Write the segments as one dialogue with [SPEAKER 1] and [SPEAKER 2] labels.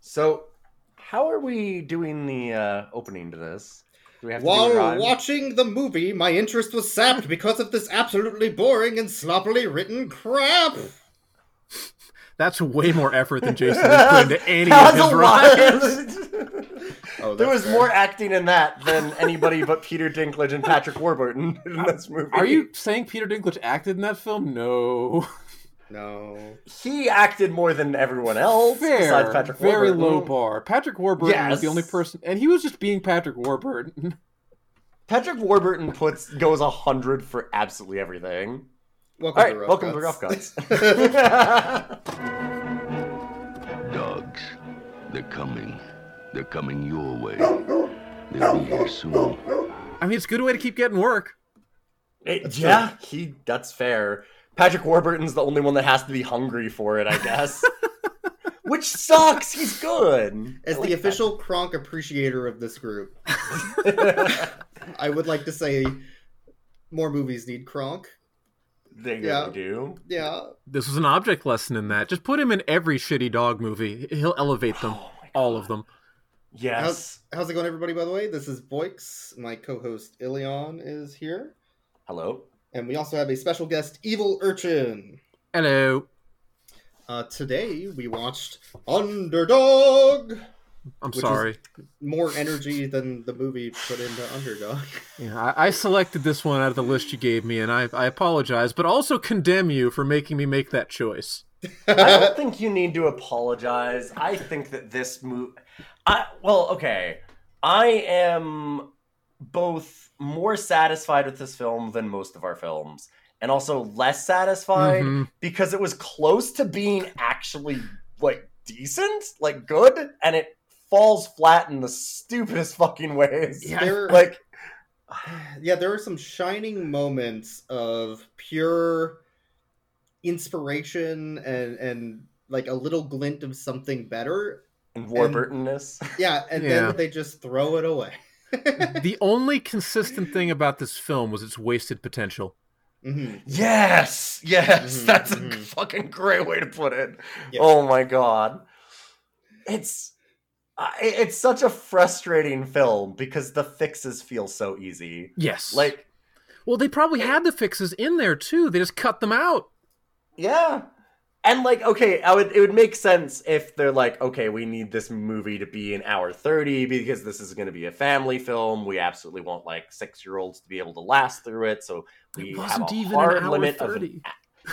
[SPEAKER 1] So, how are we doing the uh, opening to this? Do we have to do a
[SPEAKER 2] While
[SPEAKER 1] rhyme?
[SPEAKER 2] watching the movie, my interest was sapped because of this absolutely boring and sloppily written crap.
[SPEAKER 3] That's way more effort than Jason has put into any
[SPEAKER 1] That
[SPEAKER 3] of
[SPEAKER 1] was
[SPEAKER 3] his
[SPEAKER 1] a
[SPEAKER 3] rhymes.
[SPEAKER 1] lot.
[SPEAKER 2] Oh,
[SPEAKER 1] there
[SPEAKER 2] that's
[SPEAKER 1] was
[SPEAKER 2] fair.
[SPEAKER 1] more acting in that than anybody but Peter Dinklage and Patrick Warburton in this movie.
[SPEAKER 3] Uh, Are you saying Peter Dinklage acted in that film? No.
[SPEAKER 2] No.
[SPEAKER 1] He acted more than everyone else besides
[SPEAKER 3] Fair.
[SPEAKER 1] Patrick
[SPEAKER 3] Very
[SPEAKER 1] Warburton.
[SPEAKER 3] low bar. Patrick Warburton was the
[SPEAKER 1] Yes.
[SPEAKER 3] only person, and he was just being Patrick Warburton.
[SPEAKER 1] Patrick Warburton puts goes a hundred for absolutely everything.
[SPEAKER 2] Welcome
[SPEAKER 1] All
[SPEAKER 2] to
[SPEAKER 1] right,
[SPEAKER 2] Rough
[SPEAKER 1] welcome
[SPEAKER 2] Cuts.
[SPEAKER 1] to the Rough Cuts.
[SPEAKER 4] Dogs, they're coming. They're coming your way. They'll be here soon.
[SPEAKER 3] I mean, it's a good way to keep getting work.
[SPEAKER 1] It-
[SPEAKER 2] That's
[SPEAKER 1] yeah, he. That's fair. Patrick Warburton's the only one that has to be hungry for it, I guess. Which sucks. He's good.
[SPEAKER 2] As the official Kronk appreciator of this group, I would like to say more movies need Kronk.
[SPEAKER 1] they
[SPEAKER 2] Yeah.
[SPEAKER 1] really do.
[SPEAKER 2] Yeah.
[SPEAKER 3] This was an object lesson in that. Just put him in every shitty dog movie. He'll elevate them.
[SPEAKER 1] Oh my
[SPEAKER 3] All of them.
[SPEAKER 1] Yes.
[SPEAKER 2] How's it going, everybody, by the way? This is Boix. My co host Ilion is here.
[SPEAKER 1] Hello.
[SPEAKER 2] And we also have a special guest, Evil Urchin.
[SPEAKER 3] Hello.
[SPEAKER 2] Uh, today we watched Underdog.
[SPEAKER 3] I'm
[SPEAKER 2] Which is-
[SPEAKER 3] sorry.
[SPEAKER 2] More energy than the movie put into Underdog.
[SPEAKER 3] Yeah, I, I selected this one out of the list you gave me, and I, I apologize, but also condemn you for making me make that choice.
[SPEAKER 1] I don't think you need to apologize. I think that this move. I well, okay. I am both more satisfied with this film than most of our films, and also less satisfied
[SPEAKER 3] Mhm.
[SPEAKER 1] because it was close to being actually like decent, like good, and it falls flat in the stupidest fucking ways.
[SPEAKER 3] Yeah,
[SPEAKER 2] There-
[SPEAKER 1] Like
[SPEAKER 2] yeah, there are some shining moments of pure inspiration and and like a little glint of something better.
[SPEAKER 1] and Warburtonness.
[SPEAKER 2] Yeah, and
[SPEAKER 3] Yeah.
[SPEAKER 2] then they just throw it away.
[SPEAKER 3] the only consistent thing about this film was its wasted potential.
[SPEAKER 2] hmm
[SPEAKER 1] Yes, yes,
[SPEAKER 2] Mhm,
[SPEAKER 1] that's a
[SPEAKER 2] mhm.
[SPEAKER 1] fucking great way to put it.
[SPEAKER 2] Yeah.
[SPEAKER 1] Mm-hmm, Oh my god, it's I- it's such a frustrating film because the fixes feel so easy.
[SPEAKER 3] Yes.
[SPEAKER 1] Like,
[SPEAKER 3] well, they probably had the fixes in there too. They just cut them out.
[SPEAKER 1] yeah, and like, okay, I would it would make sense if they're like, okay, we need this movie to be an hour thirty because this is going to be a family film. We absolutely want like six year olds to be able to last through it. So we
[SPEAKER 3] It
[SPEAKER 1] have
[SPEAKER 3] wasn't
[SPEAKER 1] a
[SPEAKER 3] even
[SPEAKER 1] hard
[SPEAKER 3] an hour
[SPEAKER 1] limit of an
[SPEAKER 3] thirty.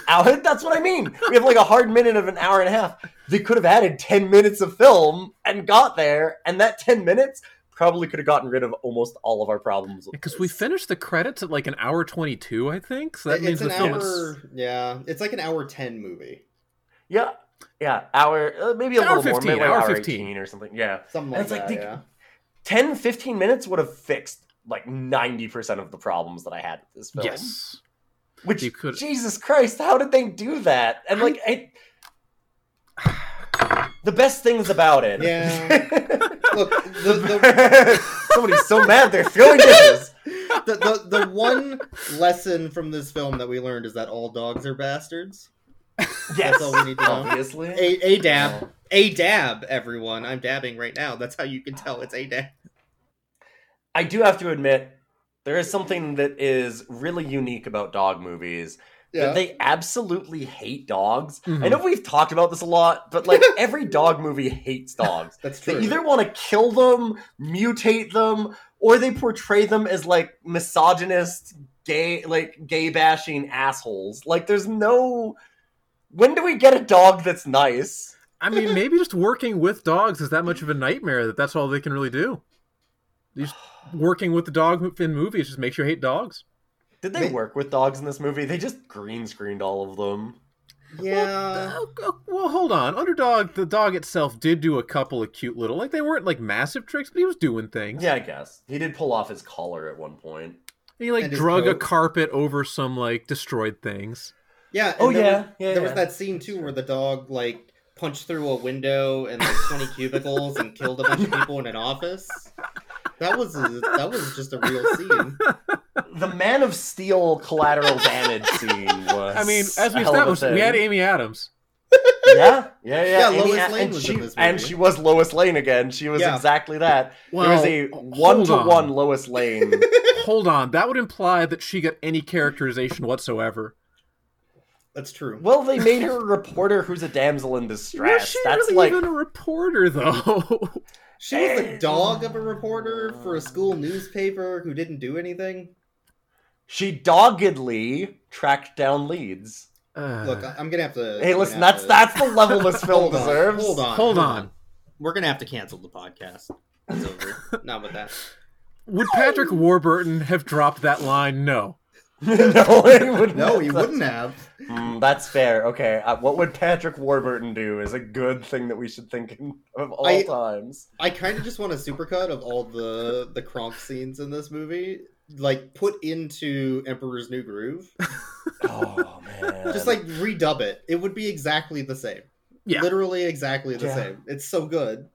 [SPEAKER 1] hour. That's what I mean. We have like a hard minute of an hour and a half. They could have added 10 minutes of film and got there, and that 10 minutes probably could have gotten rid of almost all of our problems. with
[SPEAKER 3] Because
[SPEAKER 1] this.
[SPEAKER 3] we finished the credits at like an hour twenty-two, I think. So that means
[SPEAKER 2] it's
[SPEAKER 3] the
[SPEAKER 2] an
[SPEAKER 3] film is
[SPEAKER 2] hour. Yeah, it's like an hour ten movie.
[SPEAKER 1] Yeah. Yeah. Hour, uh, maybe a
[SPEAKER 3] Hour
[SPEAKER 1] little
[SPEAKER 3] 15,
[SPEAKER 1] more. Maybe like
[SPEAKER 3] hour
[SPEAKER 1] hour
[SPEAKER 3] 15.
[SPEAKER 1] 18 or something. Yeah.
[SPEAKER 2] Something
[SPEAKER 1] And
[SPEAKER 2] like
[SPEAKER 1] it's like
[SPEAKER 2] that.
[SPEAKER 1] the-
[SPEAKER 2] yeah.
[SPEAKER 1] 10, 15 minutes would have fixed like 90% of the problems that I had with this film.
[SPEAKER 3] yes.
[SPEAKER 1] Which,
[SPEAKER 3] You could-
[SPEAKER 1] Jesus Christ, how did they do that? And like, I. The best things about it.
[SPEAKER 2] Yeah. Look, the, the,
[SPEAKER 1] Somebody's so mad they're throwing dishes.
[SPEAKER 2] the, the, the one lesson from this film that we learned is that all dogs are bastards.
[SPEAKER 1] Yes,
[SPEAKER 2] That's all we need to know.
[SPEAKER 1] obviously.
[SPEAKER 2] A, a dab. A dab, everyone. I'm dabbing right now. That's how you can tell it's a dab.
[SPEAKER 1] I do have to admit, there is something that is really unique about dog movies. That they absolutely hate dogs. I
[SPEAKER 3] Mhm.
[SPEAKER 1] know we've talked about this a lot, but like every dog movie hates dogs.
[SPEAKER 2] that's
[SPEAKER 1] They
[SPEAKER 2] true.
[SPEAKER 1] either want to kill them, mutate them, or they portray them as like misogynist, gay, like gay bashing assholes. Like there's no. When do we get a dog that's nice?
[SPEAKER 3] I mean, maybe just working with dogs is that much of a nightmare that that's all they can really do. Just working with the dog in movies just makes you hate dogs.
[SPEAKER 1] Did they
[SPEAKER 2] They-
[SPEAKER 1] work with dogs in this movie? They just green screened all of them.
[SPEAKER 2] yeah.
[SPEAKER 3] Oh, oh, well, hold on. Underdog, the dog itself did do a couple of cute little, like they weren't like massive tricks, but he was doing things.
[SPEAKER 1] Yeah, I guess he did pull off his collar at one point.
[SPEAKER 3] He like
[SPEAKER 2] And his
[SPEAKER 3] drug a
[SPEAKER 2] coat.
[SPEAKER 3] carpet over some like destroyed things.
[SPEAKER 2] Yeah. and
[SPEAKER 1] Oh
[SPEAKER 2] there
[SPEAKER 1] yeah,
[SPEAKER 2] was-
[SPEAKER 1] yeah.
[SPEAKER 2] there was
[SPEAKER 1] yeah.
[SPEAKER 2] that scene too where the dog like punched through a window and like 20 cubicles and killed a bunch of people in an office. That was a, that was just a real scene.
[SPEAKER 1] the Man of Steel collateral damage scene was.
[SPEAKER 3] I mean, as
[SPEAKER 1] a
[SPEAKER 3] we
[SPEAKER 1] hell of a
[SPEAKER 3] established, we had
[SPEAKER 1] thing.
[SPEAKER 3] Amy Adams.
[SPEAKER 1] yeah, yeah, yeah.
[SPEAKER 2] Yeah,
[SPEAKER 1] Amy
[SPEAKER 2] Lois
[SPEAKER 1] A-
[SPEAKER 2] Lane
[SPEAKER 1] and
[SPEAKER 2] was
[SPEAKER 1] she,
[SPEAKER 2] in this
[SPEAKER 1] And
[SPEAKER 2] movie.
[SPEAKER 1] she was Lois Lane again. She was
[SPEAKER 2] Yeah.
[SPEAKER 1] exactly that.
[SPEAKER 3] Well,
[SPEAKER 1] it was a
[SPEAKER 3] hold
[SPEAKER 1] one to one
[SPEAKER 3] on.
[SPEAKER 1] Lois Lane.
[SPEAKER 3] Hold on, that would imply that she got any characterization whatsoever.
[SPEAKER 2] That's true.
[SPEAKER 1] well, they made her a reporter who's a damsel in distress.
[SPEAKER 3] Was she
[SPEAKER 1] That's
[SPEAKER 3] really
[SPEAKER 1] like
[SPEAKER 3] even a reporter though?
[SPEAKER 2] She was the dog of a reporter for a school newspaper who didn't do anything.
[SPEAKER 1] she doggedly tracked down leads.
[SPEAKER 3] Uh,
[SPEAKER 2] Look, I- I'm gonna have to.
[SPEAKER 1] Hey,
[SPEAKER 2] I'm
[SPEAKER 1] listen,
[SPEAKER 2] gonna have
[SPEAKER 1] that's that's the level this
[SPEAKER 2] to-
[SPEAKER 1] film
[SPEAKER 2] Uh, hold on,
[SPEAKER 1] deserves.
[SPEAKER 2] Hold on,
[SPEAKER 3] hold on.
[SPEAKER 2] We're gonna have to cancel the podcast. It's over. Not with that.
[SPEAKER 3] Would Patrick Warburton have dropped that line? No.
[SPEAKER 1] no, it would
[SPEAKER 2] No,
[SPEAKER 1] not.
[SPEAKER 2] he wouldn't have.
[SPEAKER 1] Mm, that's fair. Okay, uh, what would Patrick Warburton do is a good thing that we should think in- of all
[SPEAKER 2] I-
[SPEAKER 1] times.
[SPEAKER 2] I kind of just want a supercut of all the the Kronk scenes in this movie, like put into Emperor's New Groove.
[SPEAKER 1] Oh man,
[SPEAKER 2] Just like redub it. It would be exactly the same.
[SPEAKER 3] Yeah.
[SPEAKER 2] Literally exactly the
[SPEAKER 1] Yeah.
[SPEAKER 2] same. It's so good.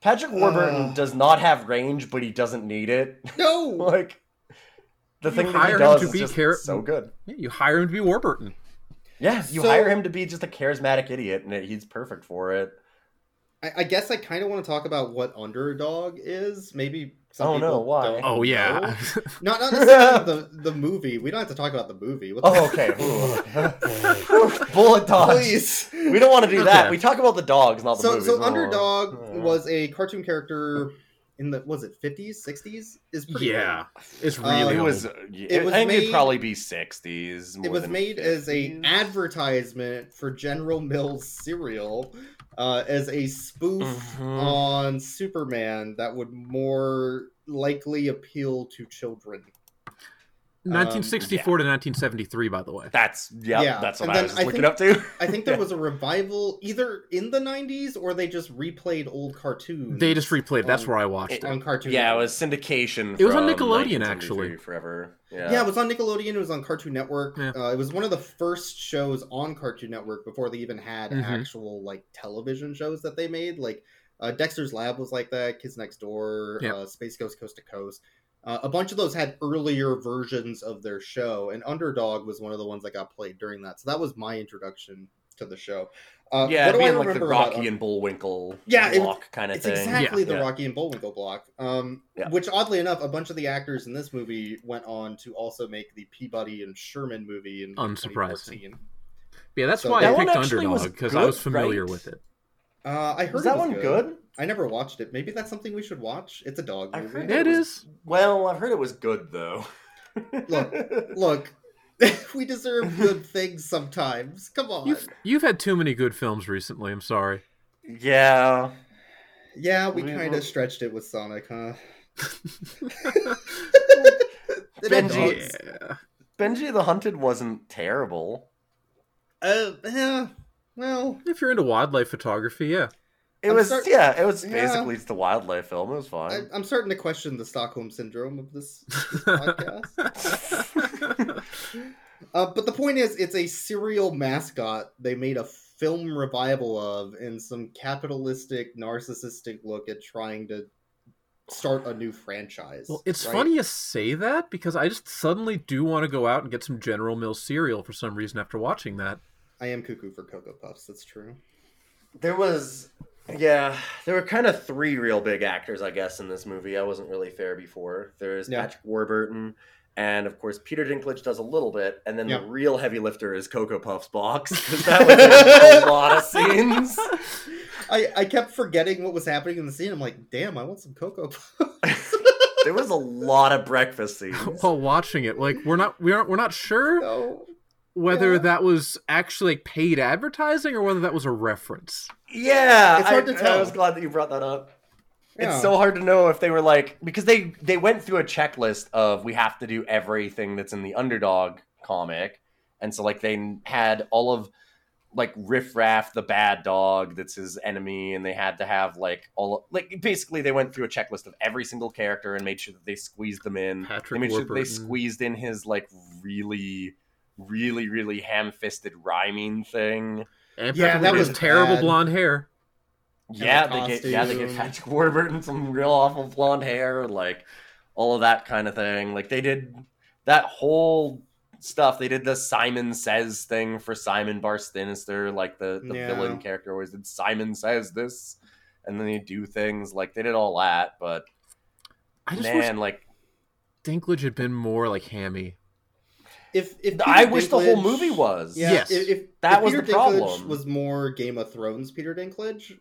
[SPEAKER 1] Patrick Warburton
[SPEAKER 2] Uh.
[SPEAKER 1] does not have range, but he doesn't need it.
[SPEAKER 2] No.
[SPEAKER 1] like the
[SPEAKER 3] You
[SPEAKER 1] thing that
[SPEAKER 3] hire
[SPEAKER 1] he
[SPEAKER 3] him
[SPEAKER 1] does
[SPEAKER 3] to
[SPEAKER 1] is
[SPEAKER 3] be
[SPEAKER 1] just
[SPEAKER 3] char-
[SPEAKER 1] so good.
[SPEAKER 3] Yeah, you hire him to be Warburton.
[SPEAKER 1] Yeah, you
[SPEAKER 2] So-
[SPEAKER 1] hire him to be just a charismatic idiot, and he's perfect for it.
[SPEAKER 2] I, I guess I kind of want to talk about what underdog is. Maybe some
[SPEAKER 1] Oh, no,
[SPEAKER 2] people
[SPEAKER 1] why?
[SPEAKER 2] don't
[SPEAKER 3] Oh yeah.
[SPEAKER 2] know. Not not necessarily the the movie. We don't have to talk about the movie. What the
[SPEAKER 1] Oh, okay. Ooh. Bullet dodge.
[SPEAKER 2] Please.
[SPEAKER 1] We don't want to do
[SPEAKER 3] Okay.
[SPEAKER 1] that. We talk about the dogs, not the
[SPEAKER 2] so,
[SPEAKER 1] movies.
[SPEAKER 2] so
[SPEAKER 1] Oh.
[SPEAKER 2] underdog
[SPEAKER 1] Yeah.
[SPEAKER 2] was a cartoon character in the was it 50s 60s is pretty
[SPEAKER 3] yeah. It's
[SPEAKER 2] Uh,
[SPEAKER 3] really
[SPEAKER 1] It
[SPEAKER 3] old.
[SPEAKER 1] was. It
[SPEAKER 2] was
[SPEAKER 1] I think it'd
[SPEAKER 2] made-
[SPEAKER 1] probably be sixties.
[SPEAKER 2] old. it was made as a advertisement for general mills cereal uh, as a spoof
[SPEAKER 1] Mhm.
[SPEAKER 2] on superman that would more likely appeal to children
[SPEAKER 3] 1964 to 1973, by the way.
[SPEAKER 1] That's yeah,
[SPEAKER 2] Yeah,
[SPEAKER 1] That's what
[SPEAKER 2] and
[SPEAKER 1] I
[SPEAKER 2] then
[SPEAKER 1] was just
[SPEAKER 2] I
[SPEAKER 1] looking
[SPEAKER 2] think-
[SPEAKER 1] up to.
[SPEAKER 2] i think there
[SPEAKER 1] Yeah.
[SPEAKER 2] was a revival either in the 90s or they just replayed old cartoons
[SPEAKER 3] They just replayed. That's
[SPEAKER 2] Um,
[SPEAKER 3] where I watched it.
[SPEAKER 2] on cartoon
[SPEAKER 1] Yeah, it
[SPEAKER 2] Network.
[SPEAKER 1] was syndication.
[SPEAKER 3] It was on
[SPEAKER 1] from
[SPEAKER 3] Nickelodeon, actually.
[SPEAKER 1] 1973 Forever. Yeah.
[SPEAKER 2] Yeah. it was on Nickelodeon. It was on Cartoon Network.
[SPEAKER 3] Yeah.
[SPEAKER 2] Uh, it was one of the first shows on Cartoon Network before they even had
[SPEAKER 1] Mm-hmm.
[SPEAKER 3] Mhm.
[SPEAKER 2] actual like television shows that they made. Like uh, Dexter's Lab was like that. Kids Next Door.
[SPEAKER 3] Yeah.
[SPEAKER 2] Uh, Space Ghost Coast to Coast. Uh, a bunch of those had earlier versions of their show, and Underdog was one of the ones that got played during that. So that was my introduction to the show. Uh,
[SPEAKER 1] yeah, it'd
[SPEAKER 2] what do
[SPEAKER 1] be
[SPEAKER 2] I
[SPEAKER 1] in, like the
[SPEAKER 2] remember
[SPEAKER 1] Rocky
[SPEAKER 2] about- uh,
[SPEAKER 1] and Bullwinkle
[SPEAKER 2] Yeah, it-
[SPEAKER 1] block kind of
[SPEAKER 2] it's
[SPEAKER 1] thing.
[SPEAKER 2] exactly the
[SPEAKER 1] Yeah.
[SPEAKER 2] Rocky and Bullwinkle block. Um,
[SPEAKER 1] Yeah.
[SPEAKER 2] Which, oddly enough, a bunch of the actors in this movie went on to also make the Peabody and Sherman movie in
[SPEAKER 3] Unsurprising.
[SPEAKER 2] 2014.
[SPEAKER 3] Yeah, that's
[SPEAKER 2] So-
[SPEAKER 3] why
[SPEAKER 2] That
[SPEAKER 3] I
[SPEAKER 1] one
[SPEAKER 3] picked
[SPEAKER 1] actually was
[SPEAKER 3] Underdog because I
[SPEAKER 1] good,
[SPEAKER 3] was familiar
[SPEAKER 1] right?
[SPEAKER 3] with it.
[SPEAKER 2] Uh, I heard
[SPEAKER 1] Was
[SPEAKER 2] it
[SPEAKER 1] that
[SPEAKER 2] was
[SPEAKER 1] one good?
[SPEAKER 2] I never watched it. Maybe that's something we should watch. It's a dog
[SPEAKER 1] I
[SPEAKER 2] movie.
[SPEAKER 1] heard
[SPEAKER 3] It
[SPEAKER 1] was-
[SPEAKER 3] is.
[SPEAKER 1] Well, I've heard it was good though.
[SPEAKER 2] Look. Look, we deserve good things sometimes. Come on.
[SPEAKER 3] You've you've had too many good films recently. I'm sorry.
[SPEAKER 1] yeah.
[SPEAKER 2] Yeah, we
[SPEAKER 1] We-
[SPEAKER 2] kind of stretched it with Sonic, huh? It had
[SPEAKER 1] Benji.
[SPEAKER 2] dogs.
[SPEAKER 3] Yeah.
[SPEAKER 1] Benji the Hunted wasn't terrible.
[SPEAKER 2] Uh, yeah, well,
[SPEAKER 3] If you're into wildlife photography, yeah.
[SPEAKER 1] It
[SPEAKER 2] I'm
[SPEAKER 1] was
[SPEAKER 2] start-
[SPEAKER 1] yeah, it was
[SPEAKER 2] Yeah.
[SPEAKER 1] basically just a wildlife film. It was
[SPEAKER 2] I,
[SPEAKER 1] fine.
[SPEAKER 2] I'm starting to question the Stockholm syndrome of this podcast. Uh, but the point is, it's a serial mascot they made a film revival of in some capitalistic, narcissistic look at trying to start a new franchise.
[SPEAKER 3] Well, it's
[SPEAKER 2] right?
[SPEAKER 3] funny you say that because I just suddenly do want to go out and get some General Mills cereal for some reason after watching that.
[SPEAKER 2] I am cuckoo for Cocoa Puffs. That's true.
[SPEAKER 1] there was yeah, there were kind of three real big actors, I guess, in this movie. I wasn't really fair before. There's
[SPEAKER 2] Yeah.
[SPEAKER 1] Patrick Warburton, and of course Peter Dinklage does a little bit, and then
[SPEAKER 2] Yeah.
[SPEAKER 1] the real heavy lifter is Cocoa Puffs box because that was in a lot of scenes.
[SPEAKER 2] I, I kept forgetting what was happening in the scene. I'm like, damn, I want some Cocoa Puffs.
[SPEAKER 1] There was a lot of breakfast scenes.
[SPEAKER 2] Oh.
[SPEAKER 3] While watching it, like we're not we aren't we're not sure
[SPEAKER 2] no.
[SPEAKER 3] whether
[SPEAKER 2] Yeah.
[SPEAKER 3] that was actually like, paid advertising or whether that was a reference.
[SPEAKER 1] Yeah,
[SPEAKER 2] It's hard
[SPEAKER 1] I-
[SPEAKER 2] to tell.
[SPEAKER 1] I was glad that you brought that up.
[SPEAKER 2] Yeah.
[SPEAKER 1] It's so hard to know if they were like because they they went through a checklist of we have to do everything that's in the underdog comic, and so like they had all of like Riff Raff the bad dog that's his enemy, and they had to have like all like basically they went through a checklist of every single character and made sure that they squeezed them in. they
[SPEAKER 3] Patrick
[SPEAKER 1] made sure that they
[SPEAKER 3] Warburton.
[SPEAKER 1] squeezed in his like really, really, really ham-fisted rhyming thing.
[SPEAKER 3] And
[SPEAKER 2] Yeah,
[SPEAKER 3] Patrick
[SPEAKER 2] that
[SPEAKER 3] Warburton's
[SPEAKER 2] was
[SPEAKER 3] terrible
[SPEAKER 2] bad.
[SPEAKER 3] blonde hair.
[SPEAKER 2] the
[SPEAKER 1] Yeah, they get yeah they get
[SPEAKER 2] costume.
[SPEAKER 1] Patrick Warburton some real awful blonde hair, like all of that kind of thing. Like they did that whole stuff. They did the Simon Says thing for Simon Bar Sinister, like the, the
[SPEAKER 2] Yeah.
[SPEAKER 1] villain character always did Simon Says this, and then they do things like they did all that. But
[SPEAKER 3] I just
[SPEAKER 1] man,
[SPEAKER 3] wish
[SPEAKER 1] like
[SPEAKER 3] Dinklage had been more like hammy.
[SPEAKER 2] If if
[SPEAKER 1] I
[SPEAKER 2] Peter
[SPEAKER 1] wish the whole
[SPEAKER 2] Dinklage-
[SPEAKER 1] movie was.
[SPEAKER 2] Yeah,
[SPEAKER 3] Yes.
[SPEAKER 2] if, if
[SPEAKER 1] That
[SPEAKER 2] if
[SPEAKER 1] was
[SPEAKER 2] Peter
[SPEAKER 1] the
[SPEAKER 2] Dinklage
[SPEAKER 1] problem.
[SPEAKER 2] Was more Game of Thrones Peter Dinklage.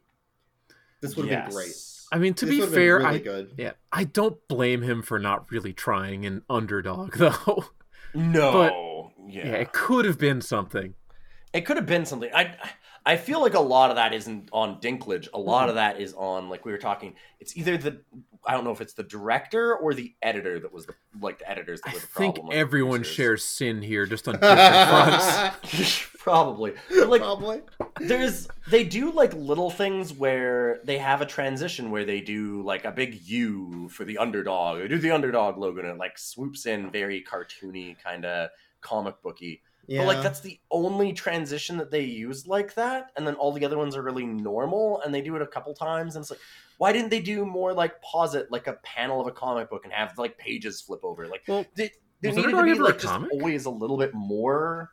[SPEAKER 2] This would have been great.
[SPEAKER 1] Yes.
[SPEAKER 3] I mean, to
[SPEAKER 2] This
[SPEAKER 3] be
[SPEAKER 2] would've been
[SPEAKER 3] fair,
[SPEAKER 2] really
[SPEAKER 3] I
[SPEAKER 2] good.
[SPEAKER 3] yeah, I don't blame him for not really trying an underdog though.
[SPEAKER 1] No.
[SPEAKER 3] Yeah, it could have been something.
[SPEAKER 1] it could have been something. I I feel like a lot of that isn't on Dinklage. A lot
[SPEAKER 3] Mm-hmm.
[SPEAKER 1] of that is on like we were talking. It's either the I don't know if it's the director or the editor that was the like the editors that
[SPEAKER 3] I
[SPEAKER 1] were the
[SPEAKER 3] think
[SPEAKER 1] problem. like,
[SPEAKER 3] everyone
[SPEAKER 1] producers.
[SPEAKER 3] shares sin here, just on different fronts.
[SPEAKER 1] probably But, like
[SPEAKER 2] Probably.
[SPEAKER 1] there's they do like little things where they have a transition where they do like a big U for the underdog. They do the underdog logo and it like swoops in very cartoony kind of comic booky.
[SPEAKER 2] Yeah.
[SPEAKER 1] But like that's the only transition that they use like that, and then all the other ones are really normal, and they do it a couple times, and it's like, why didn't they do more like pause it like a panel of a comic book and have like pages flip over? Like
[SPEAKER 3] Well,
[SPEAKER 1] they, there
[SPEAKER 3] was
[SPEAKER 1] needed to
[SPEAKER 3] Underdog
[SPEAKER 1] be
[SPEAKER 3] ever a
[SPEAKER 1] like just
[SPEAKER 3] comic?
[SPEAKER 1] always a little bit more.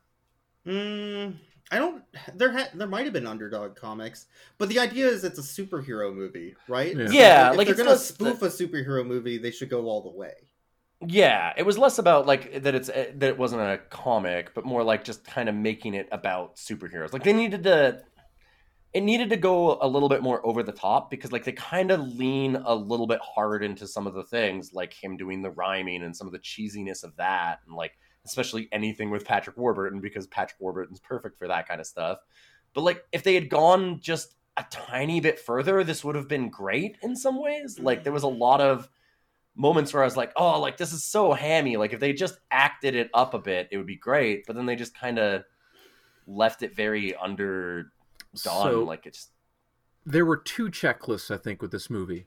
[SPEAKER 2] Mm, I don't. There ha- there might have been underdog comics, but the idea is it's a superhero movie, right?
[SPEAKER 3] Yeah.
[SPEAKER 2] So
[SPEAKER 1] Yeah,
[SPEAKER 2] if
[SPEAKER 1] like,
[SPEAKER 2] they're
[SPEAKER 1] it's uh,
[SPEAKER 2] gonna
[SPEAKER 1] not-
[SPEAKER 2] spoof a superhero movie, they should go all the way.
[SPEAKER 1] Yeah, it was less about like that it's eh, that it wasn't a comic, but more like just kind of making it about superheroes. Like they needed to it needed to go a little bit more over the top because like they kind of lean a little bit hard into some of the things like him doing the rhyming and some of the cheesiness of that and like especially anything with Patrick Warburton because Patrick Warburton's perfect for that kind of stuff. But like if they had gone just a tiny bit further, this would have been great in some ways. Like there was a lot of moments where I was like, "Oh, like this is so hammy." Like if they just acted it up a bit, it would be great, but then they just kind of left it very under done
[SPEAKER 3] So-
[SPEAKER 1] like it's
[SPEAKER 3] there were two checklists I think with this movie.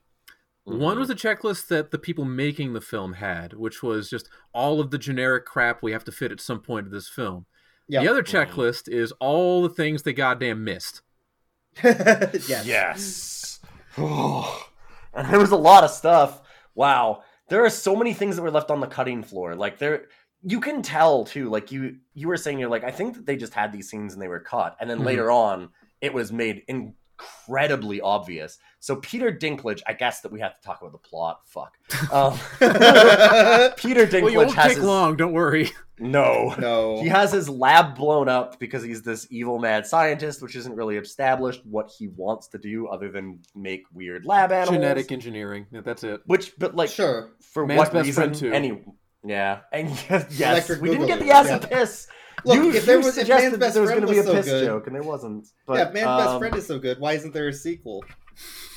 [SPEAKER 1] Mm-hmm.
[SPEAKER 3] One was a checklist that the people making the film had, which was just all of the generic crap we have to fit at some point of this film.
[SPEAKER 2] Yeah.
[SPEAKER 3] The other
[SPEAKER 1] Mhm.
[SPEAKER 3] checklist is all the things they goddamn missed.
[SPEAKER 2] yes.
[SPEAKER 1] Mm-hmm. Yes. Oh. And there was a lot of stuff. Wow. There are so many things that were left on the cutting floor. Like there you can tell too, like you you were saying you're like, I think that they just had these scenes and they were cut. And then
[SPEAKER 3] Mhm.
[SPEAKER 1] later on, it was made incredibly obvious. So Peter Dinklage, I guess that we have to talk about the plot. Fuck. Um, Peter Dinklage
[SPEAKER 3] well, you won't
[SPEAKER 1] has
[SPEAKER 3] take
[SPEAKER 1] his-
[SPEAKER 3] long, don't worry.
[SPEAKER 1] No.
[SPEAKER 2] no.
[SPEAKER 1] He has his lab blown up because he's this evil mad scientist, which isn't really established what he wants to do other than make weird lab animals.
[SPEAKER 3] Genetic engineering. Yeah, that's it.
[SPEAKER 1] Which, but like,
[SPEAKER 2] sure.
[SPEAKER 1] for
[SPEAKER 3] Man's
[SPEAKER 1] what
[SPEAKER 3] best
[SPEAKER 1] reason?
[SPEAKER 3] friend too.
[SPEAKER 1] Any, yeah, and yes, yes
[SPEAKER 2] Electric
[SPEAKER 1] we didn't get
[SPEAKER 2] Boogaloo,
[SPEAKER 1] the acid
[SPEAKER 2] yeah.
[SPEAKER 1] piss.
[SPEAKER 2] Look,
[SPEAKER 1] you,
[SPEAKER 2] if there
[SPEAKER 1] you
[SPEAKER 2] was if
[SPEAKER 1] suggested
[SPEAKER 2] man's
[SPEAKER 1] that
[SPEAKER 2] best
[SPEAKER 1] there was
[SPEAKER 2] friend
[SPEAKER 1] gonna
[SPEAKER 2] was
[SPEAKER 1] be a
[SPEAKER 2] so
[SPEAKER 1] piss
[SPEAKER 2] good.
[SPEAKER 1] joke, and there wasn't. But,
[SPEAKER 2] yeah, if man's best
[SPEAKER 1] um,
[SPEAKER 2] friend is so good. Why isn't there a sequel?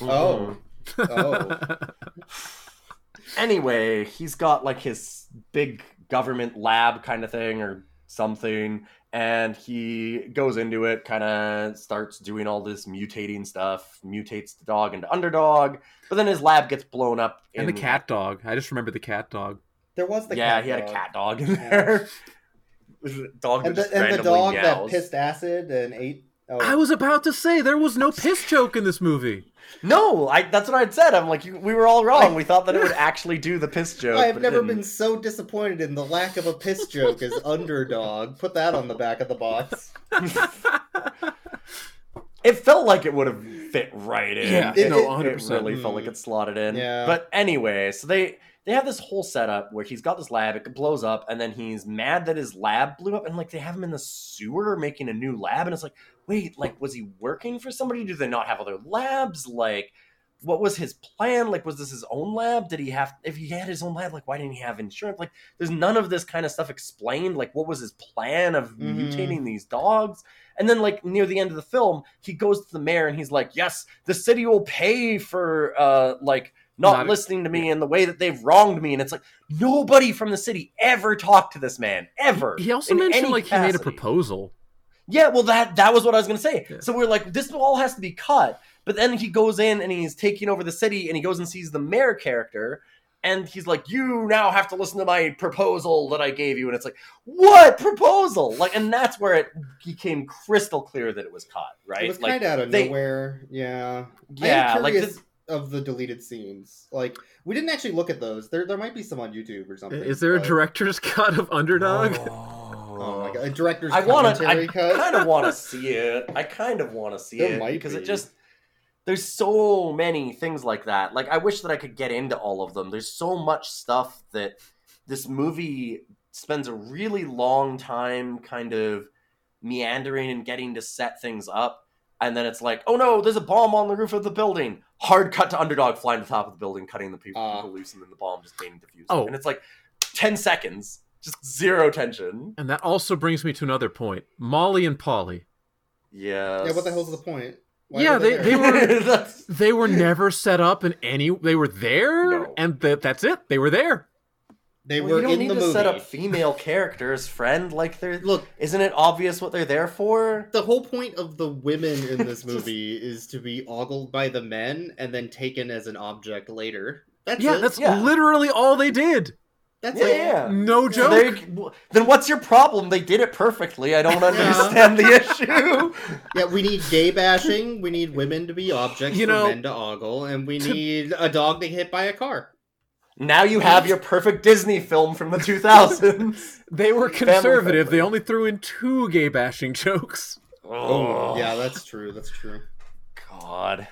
[SPEAKER 1] mhm.
[SPEAKER 2] Oh. Oh.
[SPEAKER 1] anyway, he's got like his big government lab kind of thing or something, and he goes into it, kind of starts doing all this mutating stuff, mutates the dog into underdog, but then his lab gets blown up.
[SPEAKER 3] and the cat dog. I just remember the cat dog.
[SPEAKER 2] There was the
[SPEAKER 1] yeah,
[SPEAKER 2] cat
[SPEAKER 1] he had a
[SPEAKER 2] dog.
[SPEAKER 1] cat dog in
[SPEAKER 2] Yeah.
[SPEAKER 1] there. dog that
[SPEAKER 2] and the,
[SPEAKER 1] just
[SPEAKER 2] and the
[SPEAKER 1] randomly
[SPEAKER 2] dog
[SPEAKER 1] meows.
[SPEAKER 2] that pissed acid and ate. Oh,
[SPEAKER 3] I was about to say there was no piss joke in this movie.
[SPEAKER 1] No, I, that's what I'd said. I'm like, you, we were all wrong. We thought that it would actually do the piss joke.
[SPEAKER 2] I have
[SPEAKER 1] but it
[SPEAKER 2] never
[SPEAKER 1] didn't.
[SPEAKER 2] been so disappointed in the lack of a piss joke as underdog. Put that on the back of the box.
[SPEAKER 1] It felt like it would have fit right in.
[SPEAKER 3] Yeah,
[SPEAKER 1] it,
[SPEAKER 2] no,
[SPEAKER 1] it-
[SPEAKER 3] 100%.
[SPEAKER 1] It really felt like it slotted in.
[SPEAKER 2] Yeah.
[SPEAKER 1] But anyway, so they they have this whole setup where he's got this lab, it blows up, and then he's mad that his lab blew up, and like they have him in the sewer making a new lab, and it's like, wait, like was he working for somebody? Do they not have other labs? Like, what was his plan? Like, was this his own lab? Did he have if he had his own lab, like why didn't he have insurance? Like, there's none of this kind of stuff explained. Like, what was his plan of
[SPEAKER 2] Mhm.
[SPEAKER 1] mutating these dogs? And then, like near the end of the film, he goes to the mayor and he's like, "Yes, the city will pay for uh, like not,
[SPEAKER 3] Not-
[SPEAKER 1] listening to me and the way that they've wronged me." And it's like nobody from the city ever talked to this man ever.
[SPEAKER 3] He also
[SPEAKER 1] in
[SPEAKER 3] mentioned
[SPEAKER 1] any
[SPEAKER 3] like he made a
[SPEAKER 1] capacity.
[SPEAKER 3] proposal.
[SPEAKER 1] Yeah, well, that that was what I was gonna say.
[SPEAKER 3] Yeah.
[SPEAKER 1] So we're like, this all has to be cut. But then he goes in and he's taking over the city, and he goes and sees the mayor character, and he's like, "You now have to listen to my proposal that I gave you." And it's like, "What proposal?" Like, and that's where it became crystal clear that it was cut, right?
[SPEAKER 2] It was
[SPEAKER 1] like,
[SPEAKER 2] kind of out of
[SPEAKER 1] they-
[SPEAKER 2] nowhere. Yeah. I am
[SPEAKER 1] yeah, like
[SPEAKER 2] curious
[SPEAKER 1] this-
[SPEAKER 2] of the deleted scenes. Like we didn't actually look at those. There there might be some on YouTube or something.
[SPEAKER 3] Is there a
[SPEAKER 2] but-
[SPEAKER 3] director's cut of Underdog?
[SPEAKER 1] Oh,
[SPEAKER 2] Oh my god, a director's
[SPEAKER 1] I want to.
[SPEAKER 2] commentary
[SPEAKER 1] I
[SPEAKER 2] cut.
[SPEAKER 1] kind of want to see it. I kind of want to see
[SPEAKER 2] There
[SPEAKER 1] it
[SPEAKER 2] might
[SPEAKER 1] because it
[SPEAKER 2] be.
[SPEAKER 1] just there's so many things like that. Like I wish that I could get into all of them. There's so much stuff that this movie spends a really long time kind of meandering and getting to set things up. And then it's like, oh no, there's a bomb on the roof of the building. Hard cut to underdog flying to the top of the building, cutting the people,
[SPEAKER 2] Ah.
[SPEAKER 1] people loose, and then the bomb just being diffused.
[SPEAKER 3] Oh.
[SPEAKER 1] And it's like 10 seconds, just zero tension.
[SPEAKER 3] And that also brings me to another point. Molly and Polly.
[SPEAKER 1] Yeah.
[SPEAKER 2] Yeah, what the hell's the point?
[SPEAKER 3] Yeah,
[SPEAKER 2] were
[SPEAKER 3] they-
[SPEAKER 2] there?
[SPEAKER 3] they were-
[SPEAKER 1] That's-
[SPEAKER 3] They were never set up in any they were there
[SPEAKER 1] No.
[SPEAKER 3] and th- that's it. They were there.
[SPEAKER 2] they
[SPEAKER 1] Well,
[SPEAKER 2] were
[SPEAKER 1] you don't
[SPEAKER 2] in
[SPEAKER 1] need
[SPEAKER 2] the
[SPEAKER 1] to
[SPEAKER 2] movie.
[SPEAKER 1] set up female characters, friend. Like they're
[SPEAKER 2] Look,
[SPEAKER 1] isn't it obvious what they're there for?
[SPEAKER 2] the whole point of the women in this movie is to be ogled by the men and then taken as an object later. That's
[SPEAKER 3] yeah,
[SPEAKER 2] it.
[SPEAKER 3] that's
[SPEAKER 1] yeah.
[SPEAKER 3] literally all they did.
[SPEAKER 2] that's
[SPEAKER 1] Yeah,
[SPEAKER 2] it.
[SPEAKER 1] yeah.
[SPEAKER 3] No
[SPEAKER 1] So
[SPEAKER 3] joke.
[SPEAKER 1] there you- well, then what's your problem? They did it perfectly. I don't understand the issue.
[SPEAKER 2] Yeah, we need gay bashing. We need women to be objects
[SPEAKER 3] You know,
[SPEAKER 2] for men to ogle, and we
[SPEAKER 3] to-
[SPEAKER 2] need a dog to get hit by a car.
[SPEAKER 1] Now you have your perfect Disney film from the 2000s.
[SPEAKER 3] They were conservative.
[SPEAKER 1] friendly.
[SPEAKER 3] They only threw in two gay bashing jokes.
[SPEAKER 1] oh
[SPEAKER 2] yeah, that's true. That's true.
[SPEAKER 1] God.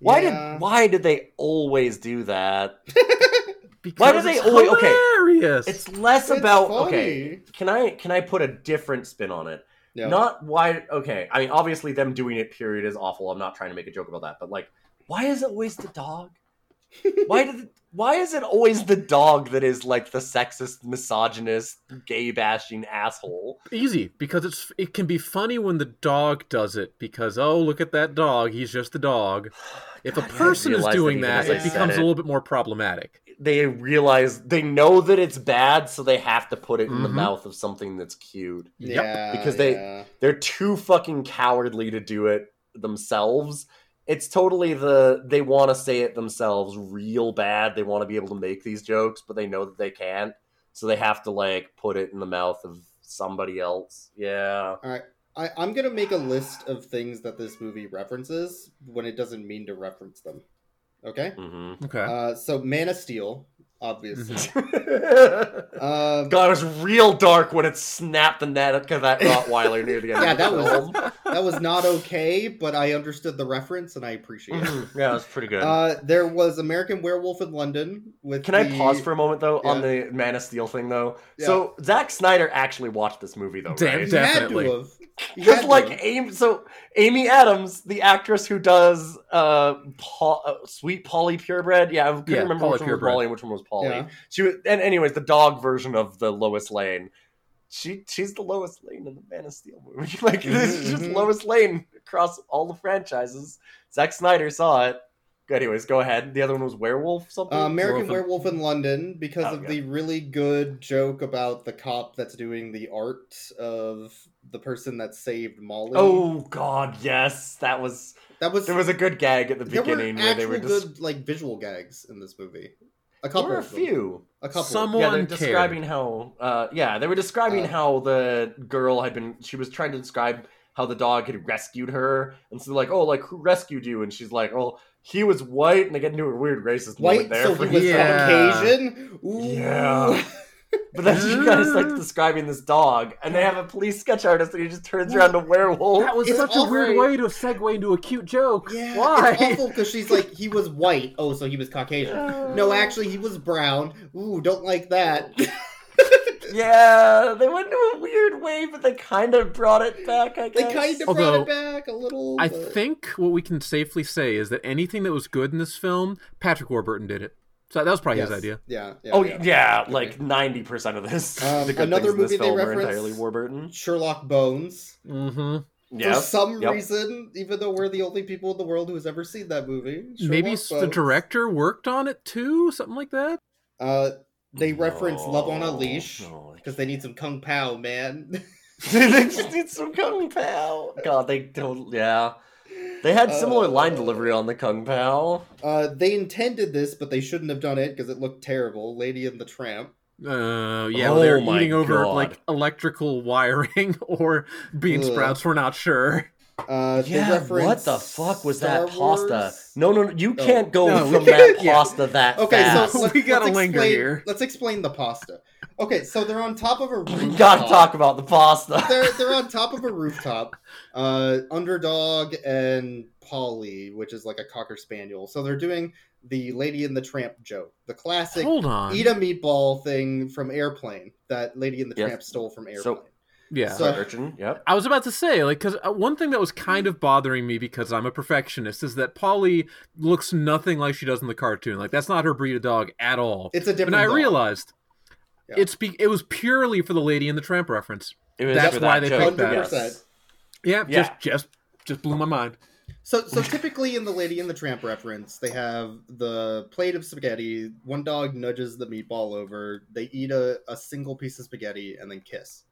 [SPEAKER 1] Why
[SPEAKER 2] Yeah.
[SPEAKER 1] did why did they always do that?
[SPEAKER 3] Because
[SPEAKER 1] Why do they
[SPEAKER 3] it's
[SPEAKER 1] always- okay.
[SPEAKER 3] hilarious.
[SPEAKER 1] It's less
[SPEAKER 2] It's
[SPEAKER 1] about
[SPEAKER 2] funny.
[SPEAKER 1] okay. Can I can I put a different spin on it?
[SPEAKER 2] Yeah.
[SPEAKER 1] Not why. Okay, I mean, obviously, them doing it period is awful. I'm not trying to make a joke about that, but like, why is it always the dog? why did? Why is it always the dog that is like the sexist, misogynist, gay bashing asshole?
[SPEAKER 3] easy because it's it can be funny when the dog does it because oh look at that dog he's just a dog. If a
[SPEAKER 1] God, I didn't
[SPEAKER 3] person is
[SPEAKER 1] realize
[SPEAKER 3] doing
[SPEAKER 1] even
[SPEAKER 3] that,
[SPEAKER 1] as
[SPEAKER 2] I
[SPEAKER 3] it Uh,
[SPEAKER 2] said
[SPEAKER 3] becomes
[SPEAKER 1] it,
[SPEAKER 3] a little bit more problematic.
[SPEAKER 1] They realize they know that it's bad, so they have to put it in the
[SPEAKER 3] Mhm.
[SPEAKER 1] mouth of something that's cute.
[SPEAKER 3] Yep.
[SPEAKER 2] Yeah,
[SPEAKER 1] because they-
[SPEAKER 2] yeah.
[SPEAKER 1] They're too fucking cowardly to do it themselves. It's totally the they want to say it themselves real bad. They want to be able to make these jokes, but they know that they can't. So they have to like put it in the mouth of somebody else. Yeah.
[SPEAKER 2] I, I'm gonna make a list of things that this movie references when it doesn't mean to reference them. Okay.
[SPEAKER 1] hmm
[SPEAKER 3] Okay.
[SPEAKER 2] Uh, so Man of Steel, obviously.
[SPEAKER 1] Mm-hmm.
[SPEAKER 2] Um,
[SPEAKER 1] God, it was real dark when it snapped the neck of that Rottweiler near the end.
[SPEAKER 2] Yeah,
[SPEAKER 1] of the
[SPEAKER 2] that was-
[SPEAKER 1] film.
[SPEAKER 2] that was not okay, but I understood the reference and I appreciate it.
[SPEAKER 1] Mhm. yeah, that was pretty good.
[SPEAKER 2] Uh, there was American Werewolf in London with.
[SPEAKER 1] Can I
[SPEAKER 2] the-
[SPEAKER 1] pause for a moment though on
[SPEAKER 2] Yeah.
[SPEAKER 1] the Man of Steel thing though?
[SPEAKER 2] Yeah.
[SPEAKER 1] So Zack Snyder actually watched this movie though,
[SPEAKER 3] Damn
[SPEAKER 1] right?
[SPEAKER 2] He
[SPEAKER 3] Definitely.
[SPEAKER 2] had to have. He had
[SPEAKER 1] Because
[SPEAKER 2] to
[SPEAKER 1] like
[SPEAKER 2] have.
[SPEAKER 1] Amy, so Amy Adams, the actress who does uh, Paul, uh Sweet Polly Purebred, yeah, I couldn't
[SPEAKER 3] Yeah,
[SPEAKER 1] remember which
[SPEAKER 3] Polly
[SPEAKER 1] one was
[SPEAKER 3] Purebred.
[SPEAKER 1] Polly and which one was Polly.
[SPEAKER 2] Yeah.
[SPEAKER 1] She was, and anyways, the dog version of the Lois Lane. She she's the Lois Lane in the Man of Steel movie. like this is just
[SPEAKER 2] Mhm, mhm.
[SPEAKER 1] Lois Lane across all the franchises. Zack Snyder saw it. Anyways, go ahead. The other one was Werewolf something.
[SPEAKER 2] Uh, American
[SPEAKER 3] Werewolf in-
[SPEAKER 2] Werewolf in London because
[SPEAKER 1] Oh,
[SPEAKER 2] of
[SPEAKER 1] yeah.
[SPEAKER 2] the really good joke about the cop that's doing the art of the person that saved Molly.
[SPEAKER 1] oh God, yes, that was
[SPEAKER 2] that was
[SPEAKER 1] there was a good gag at the
[SPEAKER 2] there
[SPEAKER 1] beginning
[SPEAKER 2] were
[SPEAKER 1] where they were
[SPEAKER 2] actual
[SPEAKER 1] just
[SPEAKER 2] good like visual gags in this movie. A
[SPEAKER 1] there
[SPEAKER 2] couple,
[SPEAKER 1] were a
[SPEAKER 2] of them.
[SPEAKER 1] few.
[SPEAKER 2] a couple.
[SPEAKER 3] Some-
[SPEAKER 1] yeah, they're
[SPEAKER 3] One cared.
[SPEAKER 1] describing how. Uh, yeah, they were describing
[SPEAKER 2] Uh,
[SPEAKER 1] how the girl had been. She was trying to describe how the dog had rescued her, and so like, oh, like who rescued you? And she's like, oh, he was white, and they get into a weird racist moment
[SPEAKER 2] White,
[SPEAKER 1] there.
[SPEAKER 2] so
[SPEAKER 1] for
[SPEAKER 2] he was
[SPEAKER 3] you. Yeah.
[SPEAKER 2] Caucasian. Ooh.
[SPEAKER 1] Yeah. But then she kind of starts describing this dog, and they have a police sketch artist, and he just turns around to werewolf.
[SPEAKER 3] That was
[SPEAKER 2] It's
[SPEAKER 3] Oh, such a weird
[SPEAKER 2] alright.
[SPEAKER 3] way to segue into a cute joke.
[SPEAKER 2] Yeah,
[SPEAKER 3] Why?
[SPEAKER 2] it's awful because she's like, he was white. Oh, so he was Caucasian. No, actually, he was brown. Ooh, don't like that.
[SPEAKER 1] yeah, they went into a weird way, but they kind of brought it back. I
[SPEAKER 2] they
[SPEAKER 1] guess Oh,
[SPEAKER 2] kind of brought
[SPEAKER 3] Although,
[SPEAKER 2] it back a little.
[SPEAKER 3] I
[SPEAKER 2] but-
[SPEAKER 3] think what we can safely say is that anything that was good in this film, Patrick Warburton did it. So that was probably
[SPEAKER 2] Yes.
[SPEAKER 3] his idea.
[SPEAKER 2] Yeah. yeah
[SPEAKER 1] Oh
[SPEAKER 2] yeah.
[SPEAKER 1] yeah, like ninety percent of this.
[SPEAKER 2] Um,
[SPEAKER 1] the good
[SPEAKER 2] another
[SPEAKER 1] things in this
[SPEAKER 2] movie they
[SPEAKER 1] film are
[SPEAKER 2] reference-
[SPEAKER 1] entirely Warburton.
[SPEAKER 2] Sherlock Bones.
[SPEAKER 3] hmm
[SPEAKER 2] For some
[SPEAKER 1] yep.
[SPEAKER 2] reason, even though we're the only people in the world who has ever seen that movie,
[SPEAKER 3] Maybe
[SPEAKER 2] Sherlock
[SPEAKER 3] the
[SPEAKER 2] Bones.
[SPEAKER 3] director worked on it too, something like that.
[SPEAKER 2] Uh, they reference Love on a
[SPEAKER 1] No,
[SPEAKER 2] Leash
[SPEAKER 1] no, they
[SPEAKER 2] because they need some kung pao, man.
[SPEAKER 1] can't. they just need some kung pao. God, they don't. Yeah, they had similar
[SPEAKER 2] Uh,
[SPEAKER 1] line delivery on the kung pao.
[SPEAKER 2] Uh, they intended this, but they shouldn't have done it because it looked terrible. Lady and the Tramp.
[SPEAKER 3] Uh, yeah,
[SPEAKER 1] Oh
[SPEAKER 3] well, they're
[SPEAKER 1] my
[SPEAKER 3] eating over
[SPEAKER 1] God.
[SPEAKER 3] like electrical wiring or bean
[SPEAKER 2] Ugh.
[SPEAKER 3] sprouts. We're not sure.
[SPEAKER 2] Uh, they
[SPEAKER 1] yeah, what
[SPEAKER 2] reference
[SPEAKER 1] the fuck was
[SPEAKER 2] Star
[SPEAKER 1] that pasta?
[SPEAKER 2] Wars.
[SPEAKER 1] No, no, no, you
[SPEAKER 2] Oh.
[SPEAKER 1] can't go
[SPEAKER 3] No, we
[SPEAKER 1] from
[SPEAKER 3] can't-
[SPEAKER 1] that
[SPEAKER 3] yeah.
[SPEAKER 1] pasta that
[SPEAKER 2] Okay,
[SPEAKER 1] fast.
[SPEAKER 2] so let's,
[SPEAKER 3] We gotta
[SPEAKER 2] let's
[SPEAKER 3] linger
[SPEAKER 2] explain,
[SPEAKER 3] here.
[SPEAKER 2] Let's explain the pasta. Okay, so they're on top of a
[SPEAKER 1] we
[SPEAKER 2] rooftop.
[SPEAKER 1] gotta talk about the pasta.
[SPEAKER 2] They're they're on top of a rooftop. Uh, underdog and Polly, which is like a cocker spaniel. So they're doing the Lady and the Tramp joke, the classic
[SPEAKER 3] Hold on.
[SPEAKER 2] eat a meatball thing from Airplane that Lady and the
[SPEAKER 1] Yes.
[SPEAKER 2] Tramp stole from Airplane.
[SPEAKER 1] So-
[SPEAKER 3] yeah.
[SPEAKER 2] so-
[SPEAKER 1] urchin. Yep.
[SPEAKER 3] I was about to say, like, because one thing that was kind of bothering me because I'm a perfectionist is that Polly looks nothing like she does in the cartoon. Like, that's not her breed of dog at all.
[SPEAKER 2] it's a different.
[SPEAKER 3] and I
[SPEAKER 2] dog.
[SPEAKER 3] realized
[SPEAKER 2] Yeah.
[SPEAKER 3] it's be- it was purely for the Lady and the Tramp reference.
[SPEAKER 1] It was
[SPEAKER 3] That's
[SPEAKER 1] for
[SPEAKER 3] why
[SPEAKER 1] that
[SPEAKER 3] they
[SPEAKER 1] joke,
[SPEAKER 2] picked that. 100%.
[SPEAKER 3] Yeah,
[SPEAKER 1] Yeah.
[SPEAKER 3] just just just blew my mind.
[SPEAKER 2] So, so typically in the Lady and the Tramp reference, they have the plate of spaghetti. One dog nudges the meatball over. They eat a, a single piece of spaghetti and then kiss.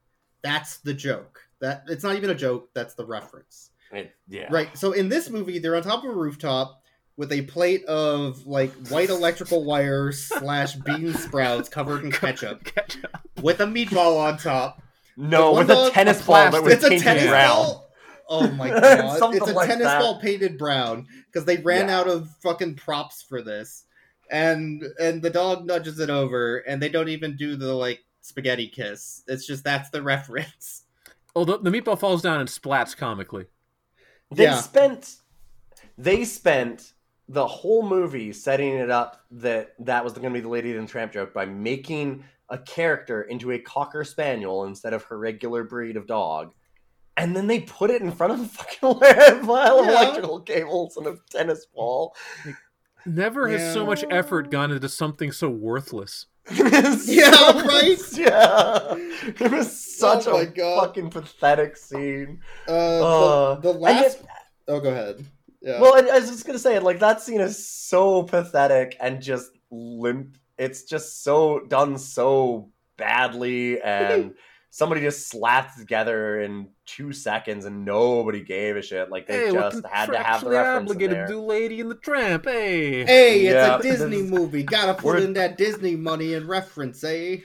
[SPEAKER 2] That's the joke. That it's not even a joke. That's the reference,
[SPEAKER 1] It- yeah.
[SPEAKER 2] right? So in this movie, they're on top of a rooftop with a plate of like white electrical wire slash bean sprouts covered in ketchup,
[SPEAKER 3] Catch up.
[SPEAKER 2] with a meatball on top.
[SPEAKER 1] No,
[SPEAKER 2] The
[SPEAKER 1] with
[SPEAKER 2] one
[SPEAKER 1] a
[SPEAKER 2] dog-
[SPEAKER 1] tennis
[SPEAKER 3] a
[SPEAKER 1] ball that
[SPEAKER 3] plastic-
[SPEAKER 1] was
[SPEAKER 2] it's a
[SPEAKER 1] painted
[SPEAKER 2] tennis
[SPEAKER 1] brown.
[SPEAKER 2] ball. Oh my god!
[SPEAKER 1] Something
[SPEAKER 2] it's a
[SPEAKER 1] like
[SPEAKER 2] tennis
[SPEAKER 1] that.
[SPEAKER 2] ball painted brown because they ran
[SPEAKER 1] Yeah.
[SPEAKER 2] out of fucking props for this, and and the dog nudges it over, and they don't even do the like spaghetti kiss. It's just that's the reference.
[SPEAKER 3] Although the meatball falls down and splats comically.
[SPEAKER 1] They
[SPEAKER 2] Yeah.
[SPEAKER 1] spent they spent the whole movie setting it up that that was going to be the Lady and the Tramp joke by making a character into a cocker spaniel instead of her regular breed of dog. And then they put it in front of a fucking pile of
[SPEAKER 2] Yeah.
[SPEAKER 1] electrical cables and a tennis ball.
[SPEAKER 3] Never has so much
[SPEAKER 1] Yeah.
[SPEAKER 3] effort gone into something so worthless.
[SPEAKER 1] yeah,
[SPEAKER 2] right?
[SPEAKER 1] Yeah. It was such
[SPEAKER 2] Oh my
[SPEAKER 1] a
[SPEAKER 2] God.
[SPEAKER 1] fucking pathetic scene.
[SPEAKER 2] Uh,
[SPEAKER 1] Uh,
[SPEAKER 2] the, the
[SPEAKER 1] and
[SPEAKER 2] last.
[SPEAKER 1] yet-
[SPEAKER 2] Oh, go ahead. Yeah.
[SPEAKER 1] Well, and I was just gonna say, like that scene is so pathetic and just limp. It's just so done so badly, and somebody just slapped together in two seconds, and nobody gave a shit. Like they
[SPEAKER 3] hey, we're
[SPEAKER 1] just had to have the
[SPEAKER 3] contractually
[SPEAKER 1] reference in
[SPEAKER 3] obligated
[SPEAKER 1] there.
[SPEAKER 3] to do Lady and the Tramp. Hey,
[SPEAKER 2] hey, it's
[SPEAKER 1] yeah,
[SPEAKER 2] a Disney
[SPEAKER 1] this-
[SPEAKER 2] movie. Gotta put
[SPEAKER 1] We're-
[SPEAKER 2] in that Disney money and reference, eh?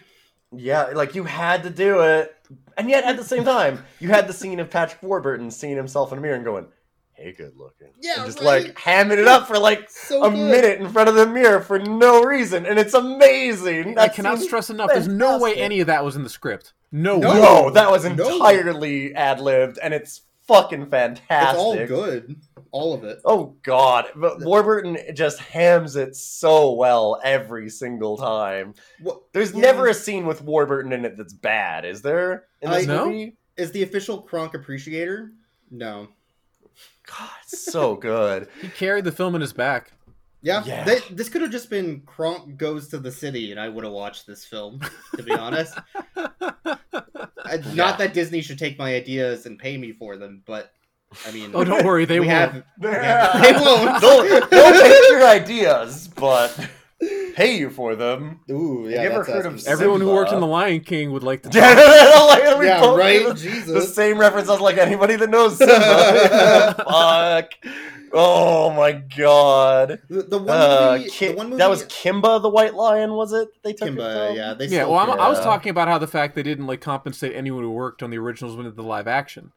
[SPEAKER 1] Yeah, like you had to do it, and yet at the same time, you had the scene of Patrick Warburton seeing himself in a mirror and going, "Hey, good looking,"
[SPEAKER 2] Yeah,
[SPEAKER 1] and just
[SPEAKER 2] right?
[SPEAKER 1] like hamming it up for like
[SPEAKER 2] So
[SPEAKER 1] a
[SPEAKER 2] good.
[SPEAKER 1] minute in front of the mirror for no reason, and it's amazing.
[SPEAKER 3] I
[SPEAKER 1] That
[SPEAKER 3] cannot
[SPEAKER 1] scene-
[SPEAKER 3] stress enough. There's no way
[SPEAKER 1] fantastic.
[SPEAKER 3] any of that was in the script. No,
[SPEAKER 2] No.
[SPEAKER 3] way.
[SPEAKER 1] No, that was
[SPEAKER 2] No.
[SPEAKER 1] entirely ad libbed, and it's fucking fantastic.
[SPEAKER 2] It's all good. All of it.
[SPEAKER 1] Oh god, but Warburton just hams it so well every single time.
[SPEAKER 2] What
[SPEAKER 1] There's
[SPEAKER 2] Yeah.
[SPEAKER 1] never a scene with Warburton in it that's bad, is there? In this
[SPEAKER 2] I-
[SPEAKER 3] No.
[SPEAKER 1] movie?
[SPEAKER 2] is the official Kronk appreciator? No.
[SPEAKER 1] God, it's so good.
[SPEAKER 3] He carried the film in his back.
[SPEAKER 2] Yeah,
[SPEAKER 1] Yeah.
[SPEAKER 2] They, this could have just been Kronk goes to the city, and I would have watched this film. To be honest, Uh,
[SPEAKER 1] Yeah.
[SPEAKER 2] not that Disney should take my ideas and pay me for them, but I mean,
[SPEAKER 3] Oh, don't worry, they
[SPEAKER 2] we
[SPEAKER 3] won't.
[SPEAKER 2] have-
[SPEAKER 1] Yeah.
[SPEAKER 2] they won't.
[SPEAKER 1] they'll, they'll take your ideas, but pay you for them.
[SPEAKER 2] Ooh, yeah,
[SPEAKER 1] You ever
[SPEAKER 2] that's
[SPEAKER 1] heard of
[SPEAKER 2] asking-
[SPEAKER 1] Every-
[SPEAKER 3] Everyone who
[SPEAKER 1] Simba.
[SPEAKER 3] worked in The Lion King would like to.
[SPEAKER 1] Like, we
[SPEAKER 2] yeah,
[SPEAKER 1] both
[SPEAKER 2] right?
[SPEAKER 1] do the- The
[SPEAKER 2] Jesus.
[SPEAKER 1] same reference as like anybody that knows Simba. Fuck. Oh my god.
[SPEAKER 2] The, the one
[SPEAKER 1] Uh,
[SPEAKER 2] movie,
[SPEAKER 1] Ki-
[SPEAKER 2] the one movie
[SPEAKER 1] that was Kimba the White Lion, was it? They took it
[SPEAKER 2] Kimba,
[SPEAKER 1] from?
[SPEAKER 2] yeah, they
[SPEAKER 3] yeah,
[SPEAKER 2] stole
[SPEAKER 3] well, I'm, I was
[SPEAKER 1] Yeah.
[SPEAKER 3] talking about how the fact they didn't like compensate anyone who worked on the originals when they did the live action.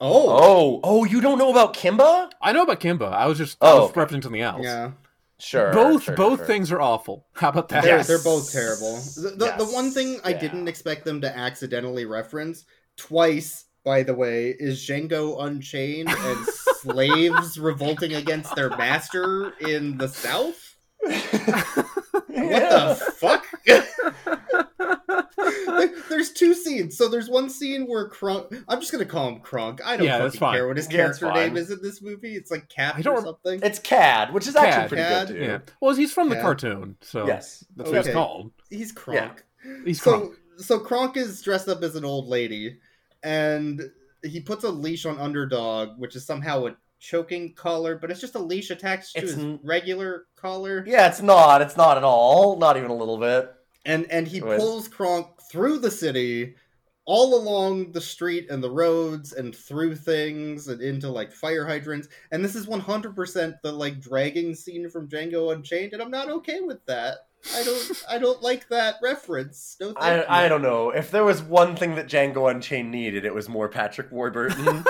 [SPEAKER 2] Oh,
[SPEAKER 1] Oh, oh, you don't know about Kimba?
[SPEAKER 3] I know about Kimba. I was just
[SPEAKER 1] Oh,
[SPEAKER 3] I was
[SPEAKER 1] okay.
[SPEAKER 3] referencing something else.
[SPEAKER 2] yeah,
[SPEAKER 1] Sure.
[SPEAKER 3] both
[SPEAKER 1] sure,
[SPEAKER 3] both
[SPEAKER 1] sure.
[SPEAKER 3] things are awful. How about that?
[SPEAKER 2] they're,
[SPEAKER 1] Yes.
[SPEAKER 2] they're both terrible. The, the, the one
[SPEAKER 1] Yes.
[SPEAKER 2] thing I
[SPEAKER 1] Yeah.
[SPEAKER 2] didn't expect them to accidentally reference twice, by the way, is Django Unchained and slaves revolting against their master in the South. What
[SPEAKER 1] Yeah.
[SPEAKER 2] the fuck? There- there's two scenes. So there's one scene where Kronk. I'm just gonna call him Kronk. I don't
[SPEAKER 3] Yeah, that's
[SPEAKER 2] fucking
[SPEAKER 3] fine.
[SPEAKER 2] care what his
[SPEAKER 1] Yeah, it's
[SPEAKER 2] character
[SPEAKER 1] fine.
[SPEAKER 2] name is in this movie. It's like Cap
[SPEAKER 3] I don't
[SPEAKER 2] or
[SPEAKER 3] rem-
[SPEAKER 2] something.
[SPEAKER 1] It's Cad, which is
[SPEAKER 3] Cad.
[SPEAKER 1] actually pretty
[SPEAKER 2] Cad,
[SPEAKER 1] good, dude.
[SPEAKER 3] Yeah. Well, he's from the
[SPEAKER 2] Yeah.
[SPEAKER 3] cartoon, so
[SPEAKER 1] Yes.
[SPEAKER 3] that's what
[SPEAKER 2] Okay.
[SPEAKER 3] he's called.
[SPEAKER 2] He's Kronk.
[SPEAKER 3] He's
[SPEAKER 2] so
[SPEAKER 3] Kronk.
[SPEAKER 2] so Kronk is dressed up as an old lady, and he puts a leash on Underdog, which is somehow a choking collar, but it's just a leash attached to
[SPEAKER 1] It's
[SPEAKER 2] his
[SPEAKER 1] n-
[SPEAKER 2] regular collar.
[SPEAKER 1] Yeah, it's not. It's not at all. Not even a little bit.
[SPEAKER 2] And and he
[SPEAKER 1] It was-
[SPEAKER 2] pulls Kronk through the city, all along the street and the roads, and through things and into like fire hydrants. And this is one hundred percent the like dragging scene from Django Unchained, and I'm not okay with that. I don't I don't like that reference. No, thank you.
[SPEAKER 1] I, I don't know. If there was one thing that Django Unchained needed, it was more Patrick Warburton.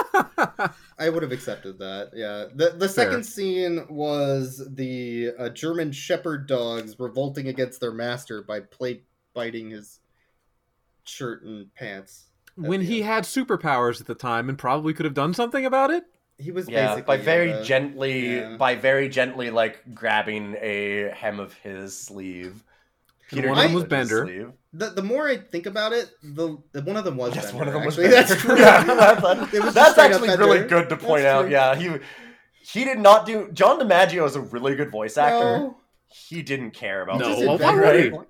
[SPEAKER 2] I would have accepted that. Yeah. The the
[SPEAKER 3] Fair.
[SPEAKER 2] second scene was the uh, German shepherd dogs revolting against their master by plate biting his shirt and pants.
[SPEAKER 3] when
[SPEAKER 2] the
[SPEAKER 3] he
[SPEAKER 2] end.
[SPEAKER 3] had superpowers at the time and probably could have done something about it.
[SPEAKER 2] He was
[SPEAKER 1] yeah,
[SPEAKER 2] basically
[SPEAKER 1] by very
[SPEAKER 2] uh,
[SPEAKER 1] gently,
[SPEAKER 2] yeah.
[SPEAKER 1] by very gently, like grabbing a hem of his sleeve.
[SPEAKER 3] And one of them was
[SPEAKER 1] Dinklage's
[SPEAKER 3] Bender.
[SPEAKER 1] sleeve.
[SPEAKER 2] The, the more I think about it, the, the one of them was.
[SPEAKER 1] Yes,
[SPEAKER 2] Bender,
[SPEAKER 1] one of them was
[SPEAKER 2] actually.
[SPEAKER 1] Bender.
[SPEAKER 2] That's true.
[SPEAKER 1] Yeah, that-
[SPEAKER 2] It was just
[SPEAKER 1] That's
[SPEAKER 2] straight up
[SPEAKER 1] actually really
[SPEAKER 2] Bender.
[SPEAKER 1] good to point out.
[SPEAKER 2] That's true.
[SPEAKER 1] Yeah, he he did not do. John DiMaggio is a really good voice actor.
[SPEAKER 2] No,
[SPEAKER 1] He didn't care about.
[SPEAKER 3] No,
[SPEAKER 1] this.
[SPEAKER 2] just
[SPEAKER 3] well,
[SPEAKER 2] in
[SPEAKER 3] why
[SPEAKER 2] Bender
[SPEAKER 3] would
[SPEAKER 2] at
[SPEAKER 3] he?
[SPEAKER 2] that point.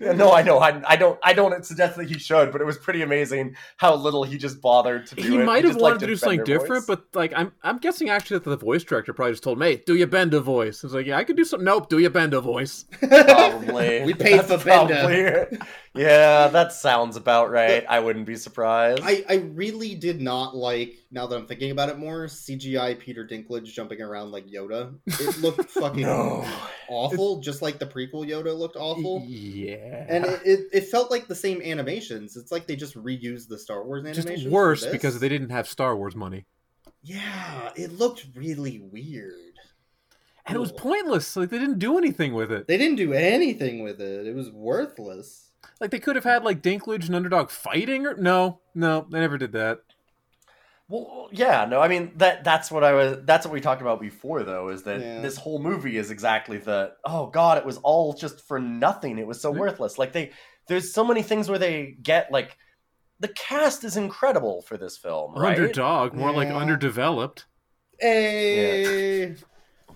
[SPEAKER 1] Yeah, No, I know. I, I don't. I don't suggest that he should, but it was pretty amazing how little he just bothered to do
[SPEAKER 3] He
[SPEAKER 1] it.
[SPEAKER 3] might
[SPEAKER 1] just
[SPEAKER 3] have
[SPEAKER 1] liked
[SPEAKER 3] wanted to do
[SPEAKER 1] his
[SPEAKER 3] something
[SPEAKER 1] Bender
[SPEAKER 3] different,
[SPEAKER 1] voice.
[SPEAKER 3] but like I'm I'm guessing actually that the voice director probably just told him, "Hey, do your Bender voice." I was like, "Yeah, I could do some." Nope, do your Bender voice.
[SPEAKER 1] probably
[SPEAKER 2] We paid
[SPEAKER 1] That's
[SPEAKER 2] for Bender.
[SPEAKER 1] probably- Oh, yeah, that sounds about right. I wouldn't be surprised.
[SPEAKER 2] I, I really did not like, now that I'm thinking about it more, CGI Peter Dinklage jumping around like Yoda. It looked fucking
[SPEAKER 1] no.
[SPEAKER 2] awful, just like the prequel Yoda looked awful.
[SPEAKER 3] Yeah,
[SPEAKER 2] And it, it, it felt like the same animations. It's like they just reused the Star Wars
[SPEAKER 3] just
[SPEAKER 2] animations. for
[SPEAKER 3] worse
[SPEAKER 2] this.
[SPEAKER 3] because they didn't have Star Wars money,
[SPEAKER 2] Yeah, it looked really weird.
[SPEAKER 3] and it was
[SPEAKER 2] Cool.
[SPEAKER 3] pointless. Like they didn't do anything with it.
[SPEAKER 2] They didn't do anything with it. It was worthless.
[SPEAKER 3] Like they could have had like Dinklage and Underdog fighting, or no, no, they never did that.
[SPEAKER 1] Well, yeah, no. I mean that that's what I was. That's what we talked about before, though, is that
[SPEAKER 2] Yeah.
[SPEAKER 1] this whole movie is exactly the oh god, it was all just for nothing. It was so
[SPEAKER 3] Yeah.
[SPEAKER 1] worthless. Like they, there's so many things where they get like the cast is incredible for this film, right?
[SPEAKER 3] Underdog, more like
[SPEAKER 2] Yeah.
[SPEAKER 3] underdeveloped.
[SPEAKER 2] Hey.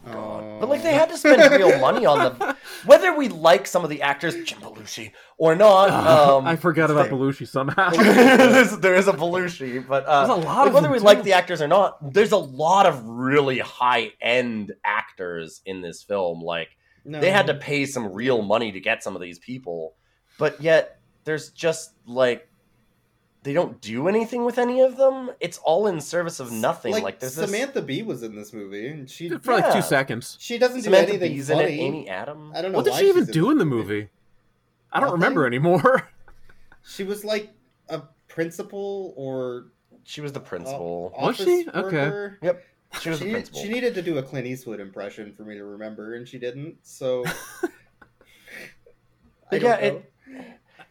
[SPEAKER 2] Oh.
[SPEAKER 1] God. But like they had to spend real money on them, whether we like some of the actors, Jim Belushi or not. Um,
[SPEAKER 3] I forgot about
[SPEAKER 1] they-
[SPEAKER 3] Belushi somehow.
[SPEAKER 1] there's, there is a Belushi, but uh,
[SPEAKER 3] There's a lot
[SPEAKER 1] like,
[SPEAKER 3] of
[SPEAKER 1] whether
[SPEAKER 3] them,
[SPEAKER 1] we like
[SPEAKER 3] too.
[SPEAKER 1] the actors or not, there's a lot of really high end actors in this film. Like
[SPEAKER 2] No.
[SPEAKER 1] they had to pay some real money to get some of these people, but yet there's just like they don't do anything with any of them. It's all in service of nothing. Like, there's this
[SPEAKER 2] Samantha Bee was in this movie, and she
[SPEAKER 3] for like
[SPEAKER 1] Yeah.
[SPEAKER 3] two seconds.
[SPEAKER 2] she doesn't
[SPEAKER 1] Samantha
[SPEAKER 2] do anything
[SPEAKER 1] Bee's in it,
[SPEAKER 2] funny.
[SPEAKER 1] Amy Adam.
[SPEAKER 2] I don't know
[SPEAKER 3] What did
[SPEAKER 2] why
[SPEAKER 3] she even
[SPEAKER 2] she's
[SPEAKER 3] do in the movie? I don't
[SPEAKER 2] Nothing.
[SPEAKER 3] remember anymore.
[SPEAKER 2] She was like a principal or
[SPEAKER 1] She was the principal.
[SPEAKER 3] Was
[SPEAKER 2] office
[SPEAKER 3] she? Okay.
[SPEAKER 2] worker.
[SPEAKER 1] she was the
[SPEAKER 2] Oh. She,
[SPEAKER 1] principal.
[SPEAKER 2] she needed to do a Clint Eastwood impression for me to remember, and she didn't. So I
[SPEAKER 1] But yeah,
[SPEAKER 2] don't know.
[SPEAKER 1] it-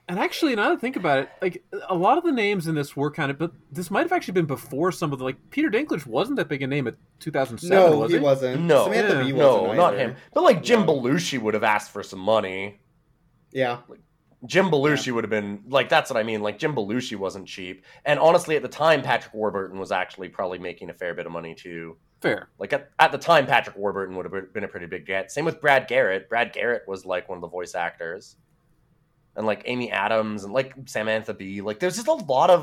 [SPEAKER 3] And actually, now that I think about it, like a lot of the names in this were kind of, but this might have actually been before some of the like Peter Dinklage wasn't that big a name at 2007,
[SPEAKER 2] no,
[SPEAKER 3] was
[SPEAKER 2] he
[SPEAKER 3] it?
[SPEAKER 2] wasn't.
[SPEAKER 1] No,
[SPEAKER 2] Samantha
[SPEAKER 3] Yeah.
[SPEAKER 2] Bee wasn't
[SPEAKER 1] no, not
[SPEAKER 2] either.
[SPEAKER 1] him. But like Jim
[SPEAKER 2] No.
[SPEAKER 1] Belushi would have asked for some money.
[SPEAKER 2] Yeah,
[SPEAKER 1] Jim Belushi would have been like that's what I mean. Like Jim Belushi wasn't cheap, and honestly, at the time, Patrick Warburton was actually probably making a fair bit of money too.
[SPEAKER 3] Fair.
[SPEAKER 1] Like at, at the time, Patrick Warburton would have been a pretty big get. Same with Brad Garrett. Brad Garrett was like one of the voice actors, and like Amy Adams and like Samantha Bee. Like there's just a lot of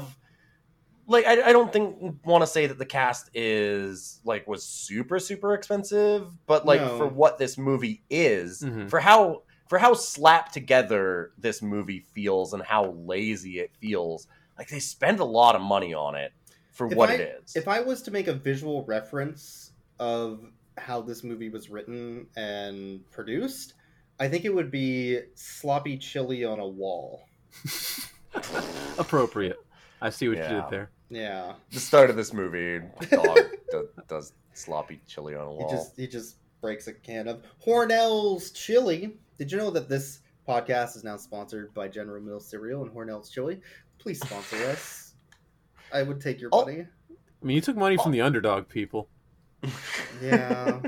[SPEAKER 1] like I, I don't think want to say that the cast is like was super super expensive, but like
[SPEAKER 2] No. Mm-hmm.
[SPEAKER 1] for what this movie is,
[SPEAKER 3] Mhm.
[SPEAKER 1] for how for how slapped together this movie feels and how lazy it feels, like they spend a lot of money on it for
[SPEAKER 2] If
[SPEAKER 1] what
[SPEAKER 2] I-
[SPEAKER 1] it is.
[SPEAKER 2] If I was to make a visual reference of how this movie was written and produced, I think it would be sloppy chili on a wall.
[SPEAKER 3] Appropriate. I see what you
[SPEAKER 1] Yeah.
[SPEAKER 3] did there.
[SPEAKER 2] Yeah,
[SPEAKER 1] the start of this movie, dog do, does sloppy chili on a
[SPEAKER 2] he
[SPEAKER 1] wall.
[SPEAKER 2] just he just breaks a can of Hornell's chili. Did you know that this podcast is now sponsored by General Mills cereal and Hornell's chili? Please sponsor us. I would take your
[SPEAKER 1] Oh.
[SPEAKER 2] money.
[SPEAKER 3] I mean, you took money from the underdog people.
[SPEAKER 2] Yeah.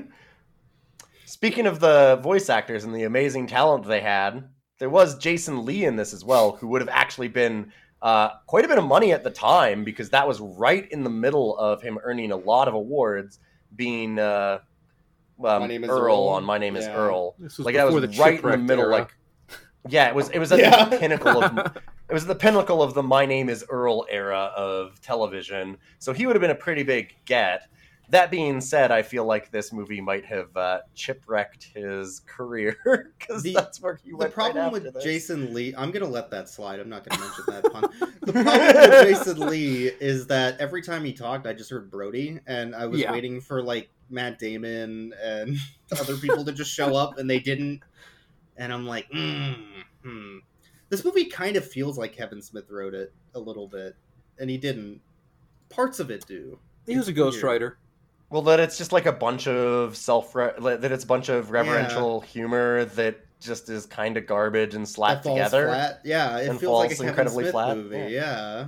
[SPEAKER 1] Speaking of the voice actors and the amazing talent they had, there was Jason Lee in this as well, who would have actually been uh, quite a bit of money at the time because that was right in the middle of him earning a lot of awards, being uh, um,
[SPEAKER 2] My Name is
[SPEAKER 1] Earl,
[SPEAKER 2] Earl.
[SPEAKER 1] on My Name is
[SPEAKER 2] Yeah.
[SPEAKER 1] Earl.
[SPEAKER 3] This was
[SPEAKER 1] Like that
[SPEAKER 3] before
[SPEAKER 1] was
[SPEAKER 3] the
[SPEAKER 1] right in the
[SPEAKER 3] shipwreck
[SPEAKER 1] middle.
[SPEAKER 3] era.
[SPEAKER 1] Like, yeah, it was. It was at
[SPEAKER 2] Yeah.
[SPEAKER 1] the pinnacle of it was the pinnacle of the my name is earl era of television so he would have been a pretty big get that being said i feel like this movie might have uh, chipwrecked his career because
[SPEAKER 2] The-
[SPEAKER 1] that's where he
[SPEAKER 2] the
[SPEAKER 1] went
[SPEAKER 2] problem
[SPEAKER 1] right after
[SPEAKER 2] with
[SPEAKER 1] this.
[SPEAKER 2] Jason Lee, I'm gonna let that slide. I'm not gonna mention that pun. The problem with Jason Lee is that every time he talked, I just heard Brody, and I was
[SPEAKER 3] Yeah.
[SPEAKER 2] waiting for like Matt Damon and other people to just show up, and they didn't. and I'm like, mm, hmm. This movie kind of feels like Kevin Smith wrote it a little bit, and he didn't. Parts of it do.
[SPEAKER 3] He was a
[SPEAKER 2] It's weird.
[SPEAKER 3] ghostwriter.
[SPEAKER 1] Well, that it's just like a bunch of self that it's a bunch of reverential humor that just is kind of garbage and slapped
[SPEAKER 2] That falls
[SPEAKER 1] together,
[SPEAKER 2] flat. Yeah, it
[SPEAKER 1] and
[SPEAKER 2] feels like a
[SPEAKER 1] falls
[SPEAKER 2] Kevin
[SPEAKER 1] incredibly
[SPEAKER 2] Smith
[SPEAKER 1] flat.
[SPEAKER 2] movie.
[SPEAKER 1] Yeah.
[SPEAKER 2] Yeah.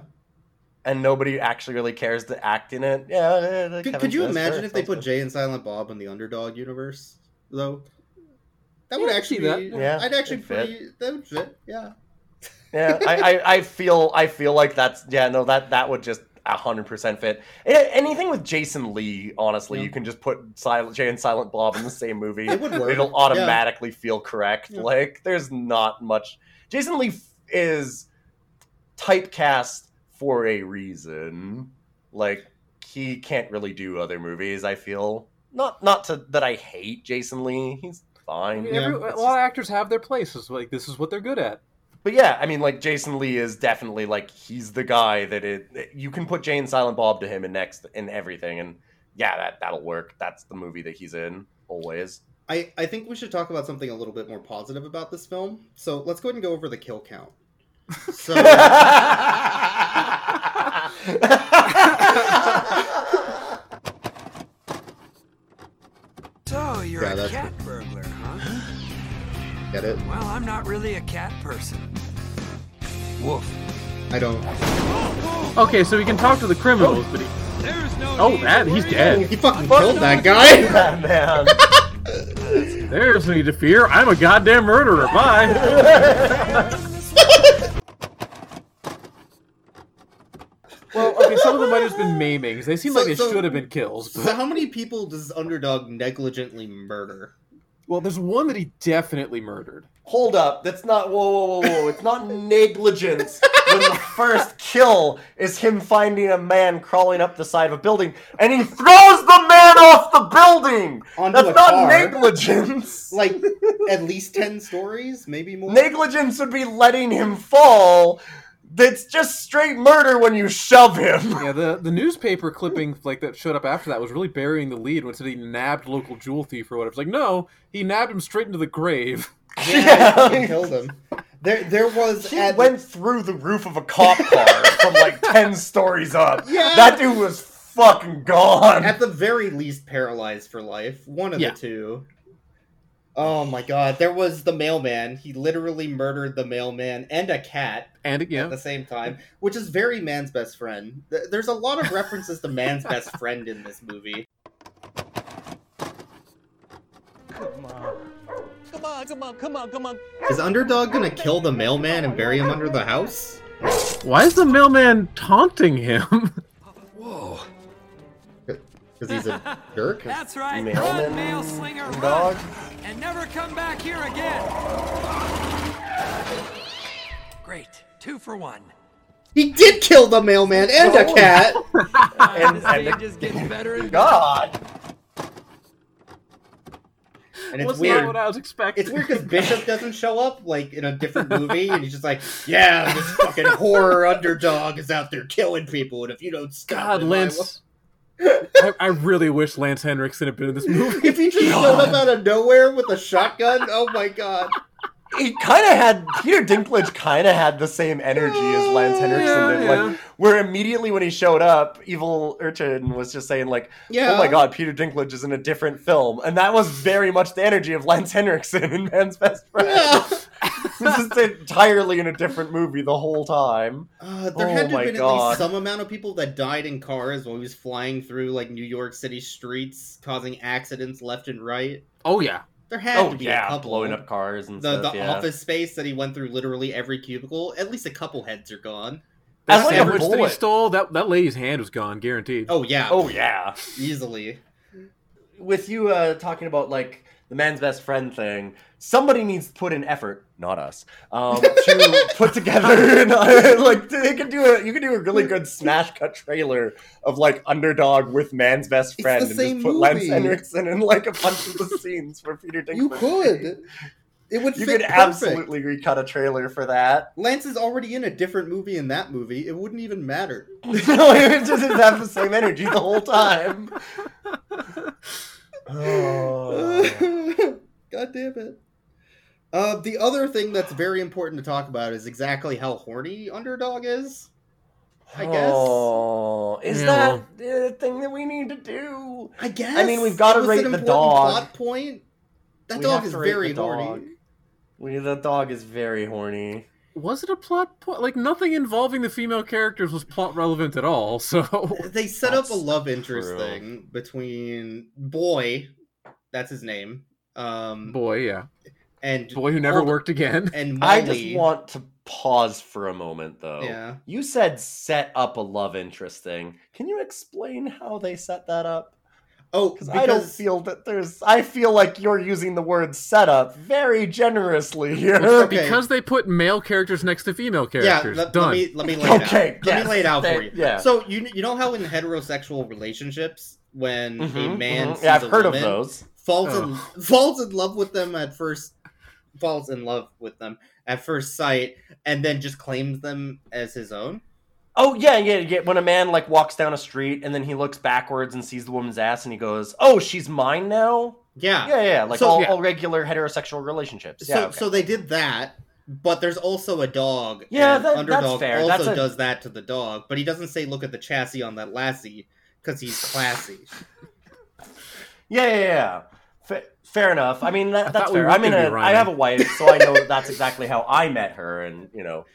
[SPEAKER 1] and nobody actually really cares to act in it. Yeah. yeah, yeah,
[SPEAKER 2] Could,
[SPEAKER 1] Kevin
[SPEAKER 2] could you
[SPEAKER 1] Smith,
[SPEAKER 2] imagine
[SPEAKER 1] sure,
[SPEAKER 2] if they
[SPEAKER 1] sounds
[SPEAKER 2] put
[SPEAKER 1] good.
[SPEAKER 2] Jay and Silent Bob in the Underdog universe though? That
[SPEAKER 3] Yeah,
[SPEAKER 2] would
[SPEAKER 3] I could see
[SPEAKER 2] actually be.
[SPEAKER 3] that.
[SPEAKER 1] Yeah,
[SPEAKER 2] I'd actually
[SPEAKER 1] it'd fit.
[SPEAKER 2] pretty. That would fit. Yeah.
[SPEAKER 1] Yeah, I, I, I feel I feel like that's yeah no that that would just hundred percent fit. A- Anything with Jason Lee, honestly,
[SPEAKER 2] Yeah.
[SPEAKER 1] you can just put Silent Jay and Silent Bob in the same movie.
[SPEAKER 2] It would work.
[SPEAKER 1] It'll automatically feel correct.
[SPEAKER 2] Yeah.
[SPEAKER 1] Like there's not much. Jason Lee f- is typecast for a reason. Like he can't really do other movies. I feel not not to that I hate Jason Lee. He's
[SPEAKER 3] I
[SPEAKER 1] fine.
[SPEAKER 3] mean,
[SPEAKER 2] Yeah,
[SPEAKER 3] every, a lot
[SPEAKER 1] it's
[SPEAKER 3] of actors have their places. Like this is what they're good at.
[SPEAKER 1] But yeah, I mean, like Jason Lee is definitely like he's the guy that it. You can put Jane Silent Bob to him in next in everything, and yeah, that that'll work. That's the movie that he's in always.
[SPEAKER 2] I, I think we should talk about something a little bit more positive about this film. So let's go ahead and go over the kill count. So
[SPEAKER 1] yeah,
[SPEAKER 5] So you're
[SPEAKER 2] Yeah,
[SPEAKER 5] a
[SPEAKER 2] that's
[SPEAKER 5] cat burglar, huh?
[SPEAKER 2] get it?
[SPEAKER 5] Well, I'm not really a cat person. Woof.
[SPEAKER 2] I don't.
[SPEAKER 3] Okay, so he can talk to the criminals, but he,
[SPEAKER 5] There's no.
[SPEAKER 3] oh,
[SPEAKER 5] need to
[SPEAKER 3] that he's
[SPEAKER 5] worry.
[SPEAKER 3] dead.
[SPEAKER 2] He fucking killed that guy.
[SPEAKER 1] man.
[SPEAKER 3] There's no need to fear. I'm a goddamn murderer. Bye. well, okay, some of them might have been maimings. They seem
[SPEAKER 2] So-
[SPEAKER 3] like they
[SPEAKER 2] so-
[SPEAKER 3] should have been kills. But...
[SPEAKER 2] So how many people does Underdog negligently murder?
[SPEAKER 3] Well, there's one that he definitely murdered.
[SPEAKER 1] Hold up, that's not whoa whoa whoa whoa. It's not negligence when the first kill is him finding a man crawling up the side of a building and he throws the man off the building.
[SPEAKER 2] Onto
[SPEAKER 1] That's
[SPEAKER 2] a
[SPEAKER 1] not
[SPEAKER 2] car.
[SPEAKER 1] negligence.
[SPEAKER 2] Like at least ten stories, maybe more.
[SPEAKER 1] Negligence would be letting him fall. That's just straight murder when you shove him.
[SPEAKER 3] Yeah, the, the newspaper clipping like that showed up after that was really burying the lead when it said he nabbed local jewel thief or whatever. It's like, no, he nabbed him straight into the grave.
[SPEAKER 2] Yeah, he fucking killed him. There, there was
[SPEAKER 1] He
[SPEAKER 2] at
[SPEAKER 1] went through the roof of a cop car from like 10 stories up.
[SPEAKER 2] Yeah.
[SPEAKER 1] That dude was fucking gone.
[SPEAKER 2] at the very least paralyzed for life. One of
[SPEAKER 3] Yeah.
[SPEAKER 2] the two. Oh my god, there was the mailman. He literally murdered the mailman and a cat
[SPEAKER 3] And
[SPEAKER 2] at
[SPEAKER 3] yeah,
[SPEAKER 2] the same time, which is very man's best friend. Th- There's a lot of references to man's best friend in this movie.
[SPEAKER 6] Come on, come on, come on, come on.
[SPEAKER 2] Is Underdog gonna kill the mailman and bury him under the house?
[SPEAKER 3] why is the mailman taunting him?
[SPEAKER 5] Whoa.
[SPEAKER 2] Because he's a jerk?
[SPEAKER 5] That's right.
[SPEAKER 1] Mailman
[SPEAKER 5] Run, mail slinger, run,
[SPEAKER 1] dog.
[SPEAKER 5] and never come back here again. Great. Two for one.
[SPEAKER 2] He did kill the mailman and
[SPEAKER 3] Oh.
[SPEAKER 2] a cat!
[SPEAKER 5] Uh,
[SPEAKER 1] And-
[SPEAKER 5] this
[SPEAKER 1] and-
[SPEAKER 5] thing just gets better and better.
[SPEAKER 1] God.
[SPEAKER 2] And it's
[SPEAKER 3] was not
[SPEAKER 2] weird.
[SPEAKER 3] what I was expecting.
[SPEAKER 2] It's weird because Bishop doesn't show up like in a different movie, and he's just like, "Yeah, this fucking horror underdog is out there killing people, and if you don't stop,
[SPEAKER 3] God,
[SPEAKER 2] him, I
[SPEAKER 3] Lance. I, I really wish Lance Henriksen had been in this
[SPEAKER 2] will-"
[SPEAKER 3] movie.
[SPEAKER 2] If he just showed up out of nowhere with a shotgun, oh my god!
[SPEAKER 1] He kind of had, Peter Dinklage kind of had the same energy as Lance Henriksen
[SPEAKER 3] Yeah,
[SPEAKER 1] did.
[SPEAKER 3] yeah.
[SPEAKER 1] Like, where immediately when he showed up, Evil Urchin was just saying, like,
[SPEAKER 2] Yeah.
[SPEAKER 1] oh my god, Peter Dinklage is in a different film. And that was very much the energy of Lance Henriksen in Man's Best Friend.
[SPEAKER 2] Yeah.
[SPEAKER 1] this is entirely in a different movie the whole time.
[SPEAKER 2] Uh, there
[SPEAKER 1] Oh
[SPEAKER 2] had to
[SPEAKER 1] my
[SPEAKER 2] have been at
[SPEAKER 1] God.
[SPEAKER 2] least some amount of people that died in cars while he was flying through like New York City streets, causing accidents left and right.
[SPEAKER 3] Oh yeah,
[SPEAKER 2] There had
[SPEAKER 1] Oh
[SPEAKER 2] to be a
[SPEAKER 1] yeah,
[SPEAKER 2] couple.
[SPEAKER 1] blowing up cars and
[SPEAKER 2] the,
[SPEAKER 1] stuff.
[SPEAKER 2] the
[SPEAKER 1] yeah.
[SPEAKER 2] office space that he went through literally every cubicle. At least a couple heads are gone.
[SPEAKER 3] that
[SPEAKER 1] That's like a
[SPEAKER 3] sandwich that he
[SPEAKER 1] bullet.
[SPEAKER 3] stole that that lady's hand was gone, guaranteed.
[SPEAKER 2] Oh yeah,
[SPEAKER 1] Oh yeah.
[SPEAKER 2] easily.
[SPEAKER 1] With you uh, talking about like the man's best friend thing, somebody needs to put in effort, not us, um, to put together and, like they could do a you could do a really good smash cut trailer of like underdog with man's best
[SPEAKER 2] It's
[SPEAKER 1] friend
[SPEAKER 2] the
[SPEAKER 1] and
[SPEAKER 2] same
[SPEAKER 1] just put Lance
[SPEAKER 2] movie.
[SPEAKER 1] Henriksen in like a bunch of the scenes for Peter Dinklage.
[SPEAKER 2] You could. It would
[SPEAKER 1] You could
[SPEAKER 2] fit perfect.
[SPEAKER 1] absolutely recut a trailer for that.
[SPEAKER 2] Lance is already in a different movie in that movie. It wouldn't even matter.
[SPEAKER 1] no, it doesn't have the same energy the whole time. Oh.
[SPEAKER 2] God damn Uh, it. Uh, the other thing that's very important to talk about is exactly how horny Underdog is. I guess.
[SPEAKER 1] Oh, is
[SPEAKER 3] Yeah.
[SPEAKER 1] that the thing that we need to do?
[SPEAKER 2] I guess.
[SPEAKER 1] mean, we've gotta
[SPEAKER 2] It was an
[SPEAKER 1] rate the
[SPEAKER 2] important
[SPEAKER 1] dog.
[SPEAKER 2] Plot point. That
[SPEAKER 1] We
[SPEAKER 2] dog
[SPEAKER 1] have
[SPEAKER 2] is
[SPEAKER 1] to rate
[SPEAKER 2] very
[SPEAKER 1] the dog.
[SPEAKER 2] horny.
[SPEAKER 1] We, the dog is very horny.
[SPEAKER 3] Was it a plot point? Like nothing involving the female characters was plot relevant at all. So
[SPEAKER 2] They set up a
[SPEAKER 1] That's
[SPEAKER 2] love interest
[SPEAKER 1] true.
[SPEAKER 2] thing between boy, that's his name, um,
[SPEAKER 3] boy, yeah,
[SPEAKER 2] and
[SPEAKER 3] boy who never
[SPEAKER 2] Hold-
[SPEAKER 3] worked again.
[SPEAKER 2] and
[SPEAKER 1] I
[SPEAKER 2] Molly.
[SPEAKER 1] just want to pause for a moment, though.
[SPEAKER 2] Yeah.
[SPEAKER 1] You said set up a love interest thing. Can you explain how they set that up?
[SPEAKER 2] Oh,
[SPEAKER 1] Because
[SPEAKER 2] because
[SPEAKER 1] I don't feel that there's. I feel like you're using the word setup very generously here.
[SPEAKER 2] Okay.
[SPEAKER 3] Because they put male characters next to female
[SPEAKER 2] yeah.
[SPEAKER 3] characters.
[SPEAKER 2] Let, let
[SPEAKER 3] Done.
[SPEAKER 2] me let me lay it
[SPEAKER 1] Okay,
[SPEAKER 2] out. Let
[SPEAKER 1] yes,
[SPEAKER 2] me lay it out for
[SPEAKER 1] they-
[SPEAKER 2] you.
[SPEAKER 1] yeah.
[SPEAKER 2] So you you know how in heterosexual relationships when a
[SPEAKER 1] Mhm,
[SPEAKER 2] man
[SPEAKER 1] mhm.
[SPEAKER 2] sees
[SPEAKER 1] Yeah, I've
[SPEAKER 2] a
[SPEAKER 1] heard
[SPEAKER 2] woman,
[SPEAKER 1] of those.
[SPEAKER 2] falls
[SPEAKER 3] Oh.
[SPEAKER 2] in falls in love with them at first falls in love with them at first sight and then just claims them as his own
[SPEAKER 1] Oh yeah, yeah, yeah. When a man like walks down a street and then he looks backwards and sees the woman's ass and he goes, "Oh, she's mine now."
[SPEAKER 2] yeah,
[SPEAKER 1] Yeah, yeah. Like
[SPEAKER 2] So-
[SPEAKER 1] all,
[SPEAKER 3] yeah.
[SPEAKER 1] all regular heterosexual relationships. Yeah.
[SPEAKER 2] so
[SPEAKER 1] okay.
[SPEAKER 2] so they did that but there's also a dog
[SPEAKER 1] Yeah,
[SPEAKER 2] and
[SPEAKER 1] that- that's
[SPEAKER 2] underdog
[SPEAKER 1] fair.
[SPEAKER 2] also
[SPEAKER 1] That's a-
[SPEAKER 2] does that to the dog but he doesn't say look at the chassis on that lassie because he's classy
[SPEAKER 1] Yeah, yeah, yeah. Fa- fair enough. I mean, that,
[SPEAKER 3] I
[SPEAKER 1] that's
[SPEAKER 3] thought we
[SPEAKER 1] fair.
[SPEAKER 3] were
[SPEAKER 1] I mean,
[SPEAKER 3] gonna
[SPEAKER 1] a,
[SPEAKER 3] be
[SPEAKER 1] I have a wife, so I know that's exactly how I met her, and you know,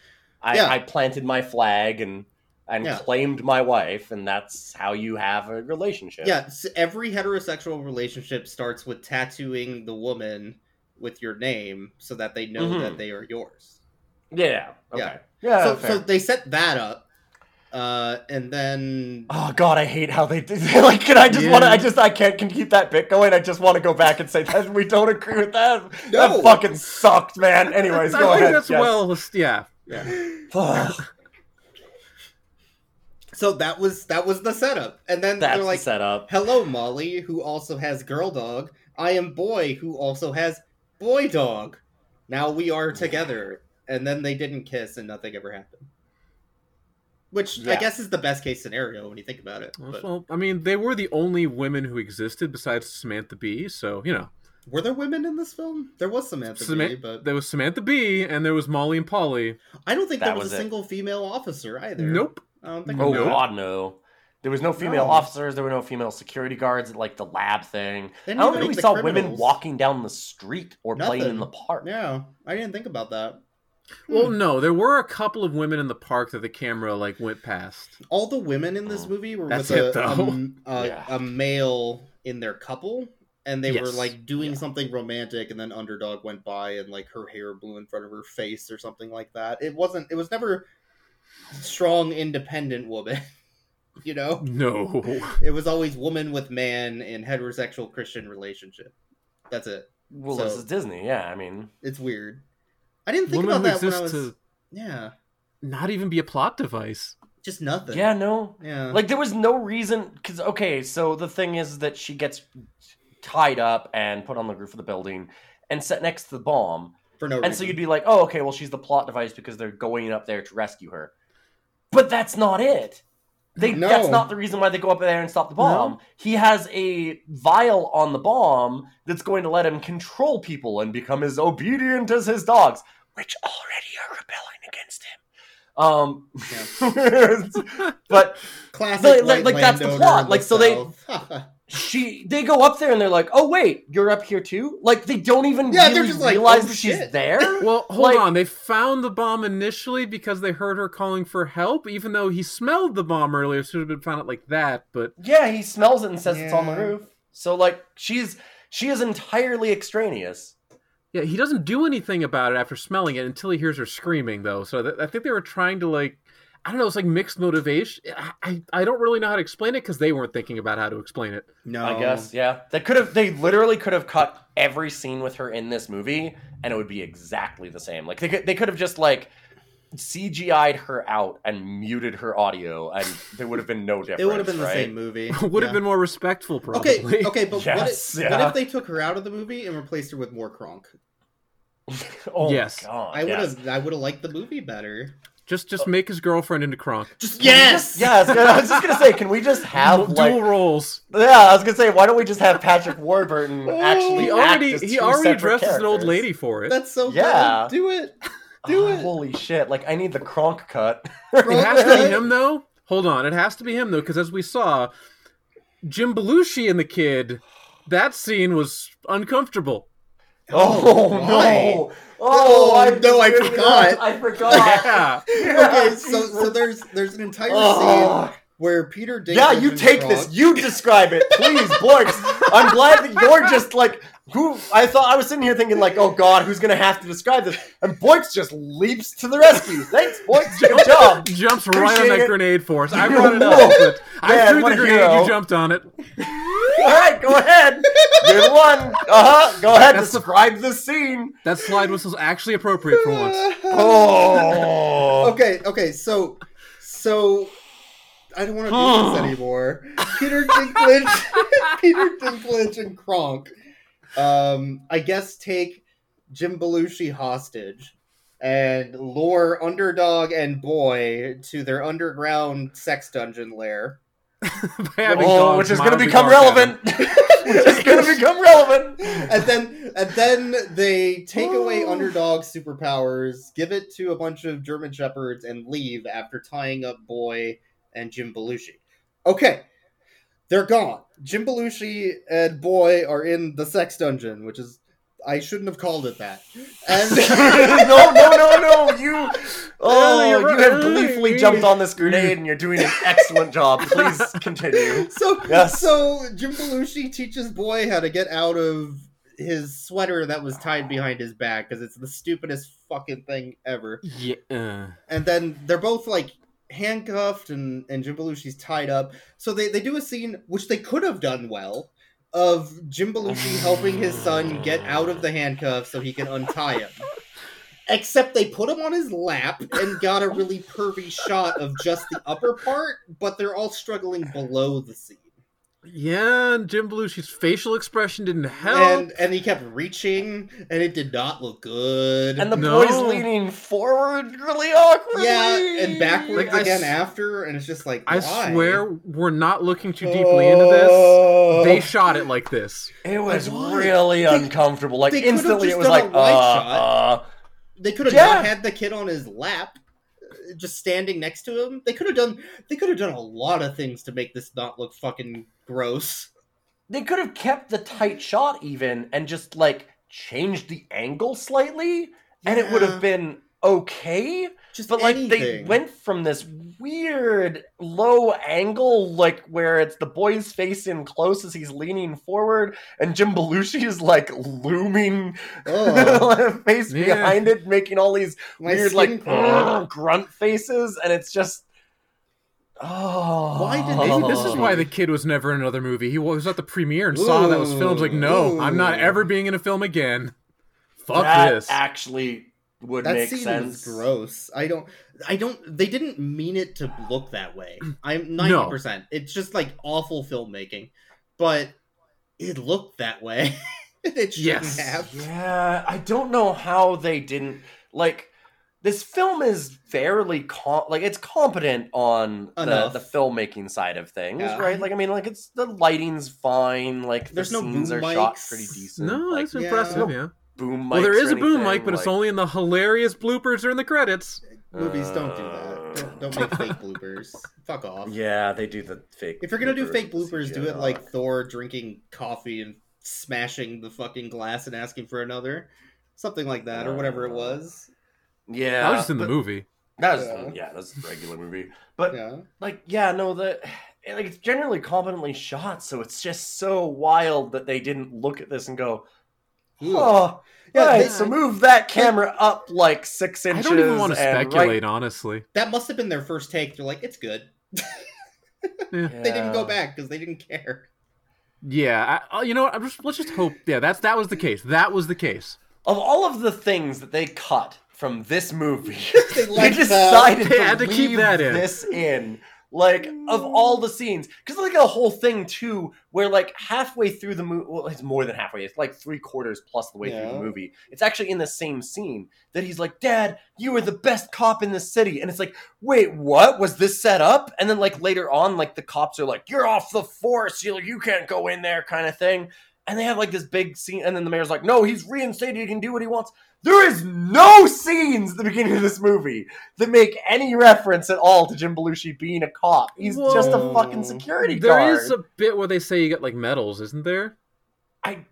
[SPEAKER 1] I,
[SPEAKER 2] Yeah.
[SPEAKER 1] I planted my flag and and
[SPEAKER 2] Yeah.
[SPEAKER 1] claimed my wife, and that's how you have a relationship.
[SPEAKER 2] yeah s every heterosexual relationship starts with tattooing the woman with your name so that they know
[SPEAKER 1] Mhm.
[SPEAKER 2] that they are yours
[SPEAKER 1] yeah, okay, yeah.
[SPEAKER 2] so,
[SPEAKER 1] fair.
[SPEAKER 2] so they set that up, uh, and then
[SPEAKER 1] Oh god, I hate how they do. like. Can I just want to?
[SPEAKER 3] Yeah.
[SPEAKER 1] I just I can't can keep that bit going. I just want to go back and say that we don't agree with that.
[SPEAKER 2] No.
[SPEAKER 1] That fucking sucked, man. Anyways,
[SPEAKER 3] I
[SPEAKER 1] go
[SPEAKER 3] think
[SPEAKER 1] ahead.
[SPEAKER 3] that's
[SPEAKER 1] yes.
[SPEAKER 3] well. Yeah. yeah.
[SPEAKER 1] Ugh,
[SPEAKER 2] so that was that was the setup, and then
[SPEAKER 1] that's
[SPEAKER 2] they're
[SPEAKER 1] the
[SPEAKER 2] like,
[SPEAKER 1] setup.
[SPEAKER 2] "Hello, Molly, who also has girl dog. I am boy, who also has boy dog. Now we are together." And then they didn't kiss, and nothing ever happened. Which I
[SPEAKER 1] Yeah.
[SPEAKER 2] guess is the best case scenario when you think about it. but-
[SPEAKER 3] Well, I mean, they were the only women who existed besides Samantha Bee, so you know.
[SPEAKER 2] were there women in this film? There was Samantha,
[SPEAKER 3] Sama-
[SPEAKER 2] Bee, but
[SPEAKER 3] There was Samantha Bee, and there was Molly and Polly.
[SPEAKER 2] I don't think
[SPEAKER 1] That
[SPEAKER 2] there was,
[SPEAKER 1] was
[SPEAKER 2] a
[SPEAKER 1] it.
[SPEAKER 2] single female officer either.
[SPEAKER 3] Nope.
[SPEAKER 2] I don't think.
[SPEAKER 1] Oh
[SPEAKER 3] No.
[SPEAKER 1] god, no. There was no female
[SPEAKER 2] No.
[SPEAKER 1] officers. There were no female security guards at like the lab thing.
[SPEAKER 2] They
[SPEAKER 1] I
[SPEAKER 2] didn't
[SPEAKER 1] don't
[SPEAKER 2] even
[SPEAKER 1] think we
[SPEAKER 2] make the
[SPEAKER 1] saw women
[SPEAKER 2] criminals.
[SPEAKER 1] walking down the street or playing
[SPEAKER 2] Nothing.
[SPEAKER 1] in the park.
[SPEAKER 2] Yeah, I didn't think about that.
[SPEAKER 3] Well,
[SPEAKER 2] Hmm.
[SPEAKER 3] no, there were a couple of women in the park that the camera like went past.
[SPEAKER 2] all the women in this movie were
[SPEAKER 3] Oh, That's
[SPEAKER 2] with
[SPEAKER 3] it,
[SPEAKER 2] a,
[SPEAKER 3] though.
[SPEAKER 2] um, a,
[SPEAKER 1] Yeah.
[SPEAKER 2] a male in their couple and they were
[SPEAKER 3] Yes.
[SPEAKER 2] like doing
[SPEAKER 1] Yeah.
[SPEAKER 2] something romantic and then underdog went by and like her hair blew in front of her face or something like that it wasn't it was never strong independent woman you know
[SPEAKER 3] No.
[SPEAKER 2] it was always woman with man in heterosexual christian relationship that's it
[SPEAKER 1] Well,
[SPEAKER 2] So-
[SPEAKER 1] this is Disney. Yeah, I mean,
[SPEAKER 2] it's weird i didn't think
[SPEAKER 3] Women
[SPEAKER 2] about
[SPEAKER 3] who
[SPEAKER 2] that when i
[SPEAKER 3] exist
[SPEAKER 2] was
[SPEAKER 3] to
[SPEAKER 2] yeah
[SPEAKER 3] not even be a plot device.
[SPEAKER 2] just nothing
[SPEAKER 1] yeah, no.
[SPEAKER 2] yeah
[SPEAKER 1] Like there was no reason because okay, so the thing is that she gets tied up and put on the roof of the building and set next to the bomb,
[SPEAKER 2] for no
[SPEAKER 1] and
[SPEAKER 2] reason
[SPEAKER 1] so you'd be like, oh, okay, well she's the plot device because they're going up there to rescue her, but that's not it. They
[SPEAKER 2] No.
[SPEAKER 1] that's not the reason why they go up there and stop the bomb. He has a vial on the bomb that's going to let him control people and become as obedient as his dogs, which already are rebelling against him. Um, but like-
[SPEAKER 2] classic white
[SPEAKER 1] like, that's the
[SPEAKER 2] landowner
[SPEAKER 1] plot.
[SPEAKER 2] in
[SPEAKER 1] Like, so they-
[SPEAKER 2] South.
[SPEAKER 1] she they go up there and they're like, oh wait, you're up here too. Like they don't even
[SPEAKER 2] Yeah, they're
[SPEAKER 1] really
[SPEAKER 2] just like,
[SPEAKER 1] realize
[SPEAKER 2] "Oh,
[SPEAKER 1] that she's
[SPEAKER 2] shit."
[SPEAKER 1] there.
[SPEAKER 3] Well, hold
[SPEAKER 1] Like-
[SPEAKER 3] on. They found the bomb initially because they heard her calling for help, even though he smelled the bomb earlier, so it would have been found out like that. But
[SPEAKER 1] yeah, he smells it and says it's on the
[SPEAKER 2] Yeah.
[SPEAKER 1] roof. So like she's she is entirely extraneous.
[SPEAKER 3] yeah, he doesn't do anything about it after smelling it until he hears her screaming, though. So th- I think they were trying to like. I don't know. It's like mixed motivation. I, I, I don't really know how to explain it because they weren't thinking about how to explain it.
[SPEAKER 2] no
[SPEAKER 1] I guess, yeah. They could have they literally could have cut every scene with her in this movie and it would be exactly the same. Like they could they could have just like CGI'd her out and muted her audio and there would have been no difference.
[SPEAKER 2] It would have been the
[SPEAKER 1] right?
[SPEAKER 2] same movie.
[SPEAKER 3] would have
[SPEAKER 2] Yeah.
[SPEAKER 3] been more respectful, probably.
[SPEAKER 2] Okay, okay, but
[SPEAKER 1] Yes,
[SPEAKER 2] what, if,
[SPEAKER 1] yeah.
[SPEAKER 2] what if they took her out of the movie and replaced her with more Kronk?
[SPEAKER 1] Oh my
[SPEAKER 3] Yes.
[SPEAKER 1] God,
[SPEAKER 2] I would
[SPEAKER 1] yes.
[SPEAKER 2] have I would have liked the movie better.
[SPEAKER 3] Just just make his girlfriend into Kronk.
[SPEAKER 2] Just yes,
[SPEAKER 1] Yeah, I was, gonna, I was just gonna say, can we just have
[SPEAKER 3] Dual
[SPEAKER 1] like?
[SPEAKER 3] roles.
[SPEAKER 1] Yeah, I was gonna say, why don't we just have Patrick Warburton actually?
[SPEAKER 3] He
[SPEAKER 1] act
[SPEAKER 3] already
[SPEAKER 1] as
[SPEAKER 3] he
[SPEAKER 1] two
[SPEAKER 3] already
[SPEAKER 1] separate
[SPEAKER 3] dressed as an old
[SPEAKER 1] characters?
[SPEAKER 3] lady for it.
[SPEAKER 2] That's so
[SPEAKER 1] Yeah.
[SPEAKER 2] good. Do it. Do
[SPEAKER 1] Ah,
[SPEAKER 2] it.
[SPEAKER 1] Holy shit! Like I need the Kronk cut.
[SPEAKER 3] It has to be him though. Hold on, it has to be him though, because as we saw, Jim Belushi and the kid, that scene was uncomfortable.
[SPEAKER 1] Oh,
[SPEAKER 2] why?
[SPEAKER 1] no! Oh,
[SPEAKER 2] Oh,
[SPEAKER 1] I
[SPEAKER 2] no, I
[SPEAKER 1] really
[SPEAKER 2] forgot.
[SPEAKER 1] was- I forgot.
[SPEAKER 3] Yeah,
[SPEAKER 2] okay, so so there's there's an entire scene
[SPEAKER 1] Oh.
[SPEAKER 2] where Peter Dinklage.
[SPEAKER 1] Yeah, you
[SPEAKER 2] and
[SPEAKER 1] take
[SPEAKER 2] Kronk-
[SPEAKER 1] this. You describe it, please, Borks. I'm glad that you're just like who. I thought I was sitting here thinking like, oh god, who's gonna have to describe this? And Borks just leaps to the rescue. Thanks, Borks. Good job.
[SPEAKER 3] jumps right on
[SPEAKER 1] Appreciate
[SPEAKER 3] that
[SPEAKER 1] it.
[SPEAKER 3] grenade for us. I brought it up, but I
[SPEAKER 1] Man,
[SPEAKER 3] threw
[SPEAKER 1] what
[SPEAKER 3] the
[SPEAKER 1] a
[SPEAKER 3] grenade.
[SPEAKER 1] hero.
[SPEAKER 3] You jumped on it.
[SPEAKER 1] All right, go ahead. Good one. Uh huh. Go ahead.
[SPEAKER 3] That's the-
[SPEAKER 1] describe the scene.
[SPEAKER 3] That slide whistle's actually appropriate for once.
[SPEAKER 1] Oh.
[SPEAKER 2] Okay, okay, so so I don't want to do this anymore. Peter Dinklage, Peter Dinklage and Kronk, um, I guess take Jim Belushi hostage and lure underdog and boy to their underground sex dungeon lair.
[SPEAKER 3] By having
[SPEAKER 1] Oh,
[SPEAKER 3] dogs
[SPEAKER 1] which is gonna
[SPEAKER 3] mildly
[SPEAKER 1] become
[SPEAKER 3] bark at him.
[SPEAKER 1] relevant. which is gonna become relevant.
[SPEAKER 2] and then and then they take away underdog superpowers, give it to a bunch of German shepherds, and leave after tying up Boy and Jim Belushi. Okay, they're gone. Jim Belushi and Boy are in the sex dungeon, which is I shouldn't have called it that. And
[SPEAKER 1] no, no, no, no! You, oh,
[SPEAKER 3] Oh, you're
[SPEAKER 1] you have
[SPEAKER 3] right.
[SPEAKER 1] gleefully jumped on this grenade, and you're doing an excellent job. Please continue.
[SPEAKER 2] so
[SPEAKER 1] Yes.
[SPEAKER 2] so Jim Belushi teaches Boy how to get out of his sweater that was tied behind his back because it's the stupidest fucking thing ever.
[SPEAKER 3] Yeah.
[SPEAKER 2] and then they're both like handcuffed and and Jim Belushi's tied up. So they they do a scene which they could have done well of Jim Belushi helping his son get out of the handcuffs so he can untie him. Except they put him on his lap and got a really pervy shot of just the upper part, but they're all struggling below the seat.
[SPEAKER 3] Yeah, and Jim Belushi's facial expression didn't help.
[SPEAKER 2] And and he kept reaching and it did not look good.
[SPEAKER 1] And the
[SPEAKER 3] No.
[SPEAKER 1] boy's leaning forward really awkwardly.
[SPEAKER 2] yeah, and backwards
[SPEAKER 3] Like, I
[SPEAKER 2] again
[SPEAKER 3] s-
[SPEAKER 2] after, and it's just like
[SPEAKER 3] I
[SPEAKER 2] why?
[SPEAKER 3] swear we're not looking too deeply into this. They shot it like this.
[SPEAKER 1] It was
[SPEAKER 2] Like, why?
[SPEAKER 1] really uncomfortable. Like
[SPEAKER 2] they could've
[SPEAKER 1] instantly,
[SPEAKER 2] just
[SPEAKER 1] it was
[SPEAKER 2] done
[SPEAKER 1] like,
[SPEAKER 2] a
[SPEAKER 1] uh,
[SPEAKER 2] wide shot.
[SPEAKER 1] uh.
[SPEAKER 2] They could have
[SPEAKER 1] Yeah.
[SPEAKER 2] not had the kid on his lap, uh, just standing next to him. They could have done. They could have done a lot of things to make this not look fucking gross.
[SPEAKER 1] They could have kept the tight shot even, and just like changed the angle slightly, and it would
[SPEAKER 2] Yeah.
[SPEAKER 1] have been okay.
[SPEAKER 2] Just
[SPEAKER 1] But like they
[SPEAKER 2] anything.
[SPEAKER 1] went from this weird low angle, like where it's the boy's face in close as he's leaning forward, and Jim Belushi is like looming
[SPEAKER 2] Ugh,
[SPEAKER 1] face
[SPEAKER 3] Yeah.
[SPEAKER 1] behind it, making all these
[SPEAKER 2] Oh, my
[SPEAKER 1] weird
[SPEAKER 2] skin
[SPEAKER 1] like
[SPEAKER 2] crawled.
[SPEAKER 1] grunt faces, and it's just oh,
[SPEAKER 2] Why did
[SPEAKER 3] Maybe this is
[SPEAKER 2] Oh.
[SPEAKER 3] why the kid was never in another movie. He was at the premiere and saw that was filmed. Like, no,
[SPEAKER 2] Ooh.
[SPEAKER 3] I'm not ever being in a film again. Fuck
[SPEAKER 1] that
[SPEAKER 3] this.
[SPEAKER 1] actually would
[SPEAKER 2] That
[SPEAKER 1] make
[SPEAKER 2] scene
[SPEAKER 1] sense?
[SPEAKER 2] was gross. I don't. I don't. They didn't mean it to look that way. I'm
[SPEAKER 3] No.
[SPEAKER 2] ninety percent. It's just like awful filmmaking, but it looked that way. it shouldn't
[SPEAKER 3] Yes.
[SPEAKER 2] have.
[SPEAKER 1] Yeah, I don't know how they didn't like this film is fairly com- like it's competent on the,
[SPEAKER 2] Enough.
[SPEAKER 1] the filmmaking side of things,
[SPEAKER 2] Yeah.
[SPEAKER 1] right? Like I mean, like it's the lighting's fine, like
[SPEAKER 2] There's
[SPEAKER 1] the
[SPEAKER 2] no
[SPEAKER 1] scenes
[SPEAKER 2] boom
[SPEAKER 1] are shot
[SPEAKER 2] mics.
[SPEAKER 1] pretty decent.
[SPEAKER 3] no,
[SPEAKER 1] like
[SPEAKER 3] that's
[SPEAKER 2] Yeah.
[SPEAKER 3] impressive. Yeah.
[SPEAKER 1] boom mics.
[SPEAKER 3] Well, there is
[SPEAKER 1] or
[SPEAKER 3] a boom
[SPEAKER 1] anything,
[SPEAKER 3] mic, but it's
[SPEAKER 1] like-
[SPEAKER 3] only in the hilarious bloopers or in the credits.
[SPEAKER 2] Movies don't do that. Don't, don't make fake bloopers. Fuck off.
[SPEAKER 1] Yeah, they do the fake.
[SPEAKER 2] If you're gonna do
[SPEAKER 1] bloopers
[SPEAKER 2] fake
[SPEAKER 1] with
[SPEAKER 2] bloopers, do
[SPEAKER 1] CGI.
[SPEAKER 2] it like Thor drinking coffee and smashing the fucking glass and asking for another, something like that, or whatever
[SPEAKER 1] Uh.
[SPEAKER 2] it was.
[SPEAKER 1] yeah,
[SPEAKER 3] that was just in the
[SPEAKER 1] but-
[SPEAKER 3] movie.
[SPEAKER 1] That was
[SPEAKER 2] Yeah.
[SPEAKER 1] yeah, that's a regular movie, but
[SPEAKER 2] Yeah,
[SPEAKER 1] like yeah no the and, like it's generally competently shot so it's just so wild that they didn't look at this and go
[SPEAKER 2] Ooh.
[SPEAKER 1] oh
[SPEAKER 2] Yeah,
[SPEAKER 1] yeah
[SPEAKER 2] they-
[SPEAKER 1] so move that camera up like six
[SPEAKER 3] I
[SPEAKER 1] inches
[SPEAKER 3] don't even want to
[SPEAKER 1] and
[SPEAKER 3] speculate,
[SPEAKER 1] right-
[SPEAKER 3] honestly.
[SPEAKER 2] that must have been their first take. They're like, it's good. They didn't go
[SPEAKER 1] Yeah.
[SPEAKER 2] back because they didn't care.
[SPEAKER 3] Yeah, I, oh, you know what? I'm just, let's just hope. Yeah, that's that was the case. That was the case.
[SPEAKER 1] of all of the things that they cut from this movie
[SPEAKER 2] They
[SPEAKER 1] they
[SPEAKER 2] liked that.
[SPEAKER 1] decided
[SPEAKER 3] uh, They had to keep
[SPEAKER 1] leave
[SPEAKER 3] that in.
[SPEAKER 1] this in Like of all the scenes, because like a whole thing too, where like halfway through the movie, well, it's more than halfway. It's like three quarters plus the way through
[SPEAKER 2] Yeah.
[SPEAKER 1] the movie. It's actually in the same scene that he's like, "Dad, you were the best cop in the city," and it's like, "Wait, what was this set up?" And then like later on, like the cops are like, "You're off the force. You you can't go in there," kind of thing. And they have like this big scene, and then the mayor's like, "No, he's reinstated. He can do what he wants." There is no scenes at the beginning of this movie that make any reference at all to Jim Belushi being a cop. He's just a
[SPEAKER 2] Whoa.
[SPEAKER 1] fucking security
[SPEAKER 3] There
[SPEAKER 1] guard.
[SPEAKER 3] is a bit where they say you got like medals, isn't there?
[SPEAKER 1] I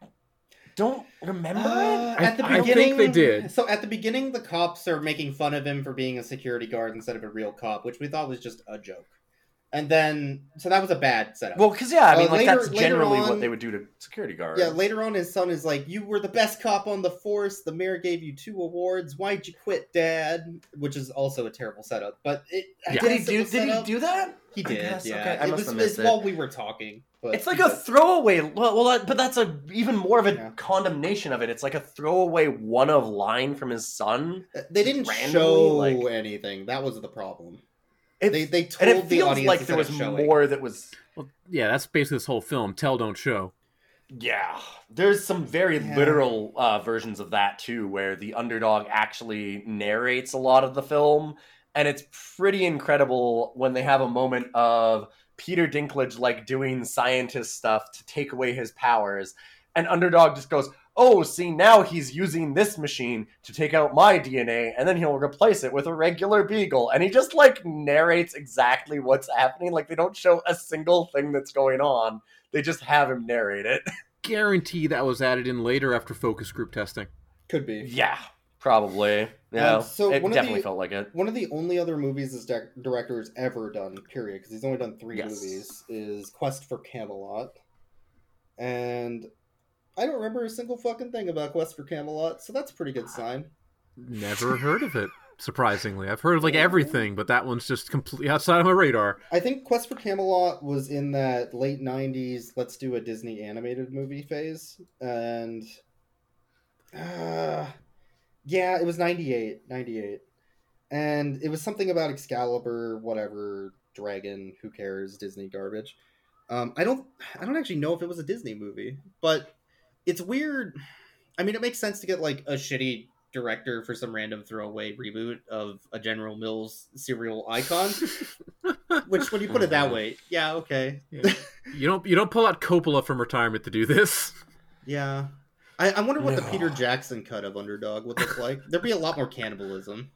[SPEAKER 1] don't remember
[SPEAKER 2] Uh,
[SPEAKER 1] it.
[SPEAKER 3] I-
[SPEAKER 2] at the
[SPEAKER 3] I think
[SPEAKER 2] beginning,
[SPEAKER 3] they did.
[SPEAKER 2] So at the beginning, the cops are making fun of him for being a security guard instead of a real cop, which we thought was just a joke. And then, so that was a bad setup.
[SPEAKER 1] Well, because yeah, I
[SPEAKER 2] Uh,
[SPEAKER 1] mean, like
[SPEAKER 2] later-
[SPEAKER 1] that's
[SPEAKER 2] later
[SPEAKER 1] generally
[SPEAKER 2] on-
[SPEAKER 1] what they would do to security guards.
[SPEAKER 2] yeah. Later on, his son is like, "You were the best cop on the force. The mayor gave you two awards. Why'd you quit, Dad?" Which is also a terrible setup. But it, I
[SPEAKER 3] Yeah.
[SPEAKER 1] did he
[SPEAKER 2] guess it
[SPEAKER 1] do?
[SPEAKER 2] was
[SPEAKER 1] Did
[SPEAKER 2] set
[SPEAKER 1] he
[SPEAKER 2] up-
[SPEAKER 1] do that?
[SPEAKER 2] He
[SPEAKER 1] I
[SPEAKER 2] did.
[SPEAKER 1] guess,
[SPEAKER 2] yeah.
[SPEAKER 1] okay, I
[SPEAKER 2] it
[SPEAKER 1] must
[SPEAKER 2] was
[SPEAKER 1] have missed
[SPEAKER 2] it's
[SPEAKER 1] it.
[SPEAKER 2] while we were talking. But
[SPEAKER 1] It's like
[SPEAKER 2] he
[SPEAKER 1] a
[SPEAKER 2] did.
[SPEAKER 1] throwaway. Well, well, that- but that's a even more of a
[SPEAKER 2] Yeah.
[SPEAKER 1] condemnation of it. It's like a throwaway one of line from his son.
[SPEAKER 2] They didn't
[SPEAKER 1] randomly,
[SPEAKER 2] show
[SPEAKER 1] like-
[SPEAKER 2] anything. That was the problem.
[SPEAKER 1] It,
[SPEAKER 2] They they told
[SPEAKER 1] and it
[SPEAKER 2] the
[SPEAKER 1] feels
[SPEAKER 2] audience
[SPEAKER 1] like there was
[SPEAKER 2] instead of showing.
[SPEAKER 1] more that was.
[SPEAKER 3] Well, yeah, that's basically this whole film. Tell, don't show.
[SPEAKER 1] Yeah, there's some very
[SPEAKER 2] Yeah.
[SPEAKER 1] literal uh, versions of that too, where the underdog actually narrates a lot of the film, and it's pretty incredible when they have a moment of Peter Dinklage like doing scientist stuff to take away his powers, and underdog just goes, "Oh, see now he's using this machine to take out my DNA, and then he'll replace it with a regular beagle," and he just like narrates exactly what's happening. Like they don't show a single thing that's going on; they just have him narrate it.
[SPEAKER 3] Guarantee that was added in later after focus group testing.
[SPEAKER 2] Could be.
[SPEAKER 1] Yeah, probably. Yeah,
[SPEAKER 2] Um, so
[SPEAKER 1] it
[SPEAKER 2] one of
[SPEAKER 1] definitely
[SPEAKER 2] the-
[SPEAKER 1] felt like it.
[SPEAKER 2] one of the only other movies this dec- director has ever done, period, because he's only done three
[SPEAKER 1] Yes.
[SPEAKER 2] movies, is Quest for Camelot. And I don't remember a single fucking thing about Quest for Camelot, so that's a pretty good sign.
[SPEAKER 3] Never heard of it. Surprisingly, I've heard of like everything, but that one's just completely outside of my radar.
[SPEAKER 2] I think Quest for Camelot was in that late 90s, let's do a Disney animated movie phase. And. Uh, yeah, it was 98. 98. And it was something about Excalibur, whatever, dragon, who cares, Disney garbage. Um, I don't I don't actually know if it was a Disney movie, but it's weird. I mean, it makes sense to get like a shitty director for some random throwaway reboot of a General Mills serial icon. Which, when you put it that way, yeah, okay,
[SPEAKER 3] Yeah. You don't you don't pull out Coppola from retirement to do this.
[SPEAKER 2] yeah. I, I wonder what the
[SPEAKER 1] No.
[SPEAKER 2] Peter Jackson cut of Underdog would look like. There'd be a lot more cannibalism.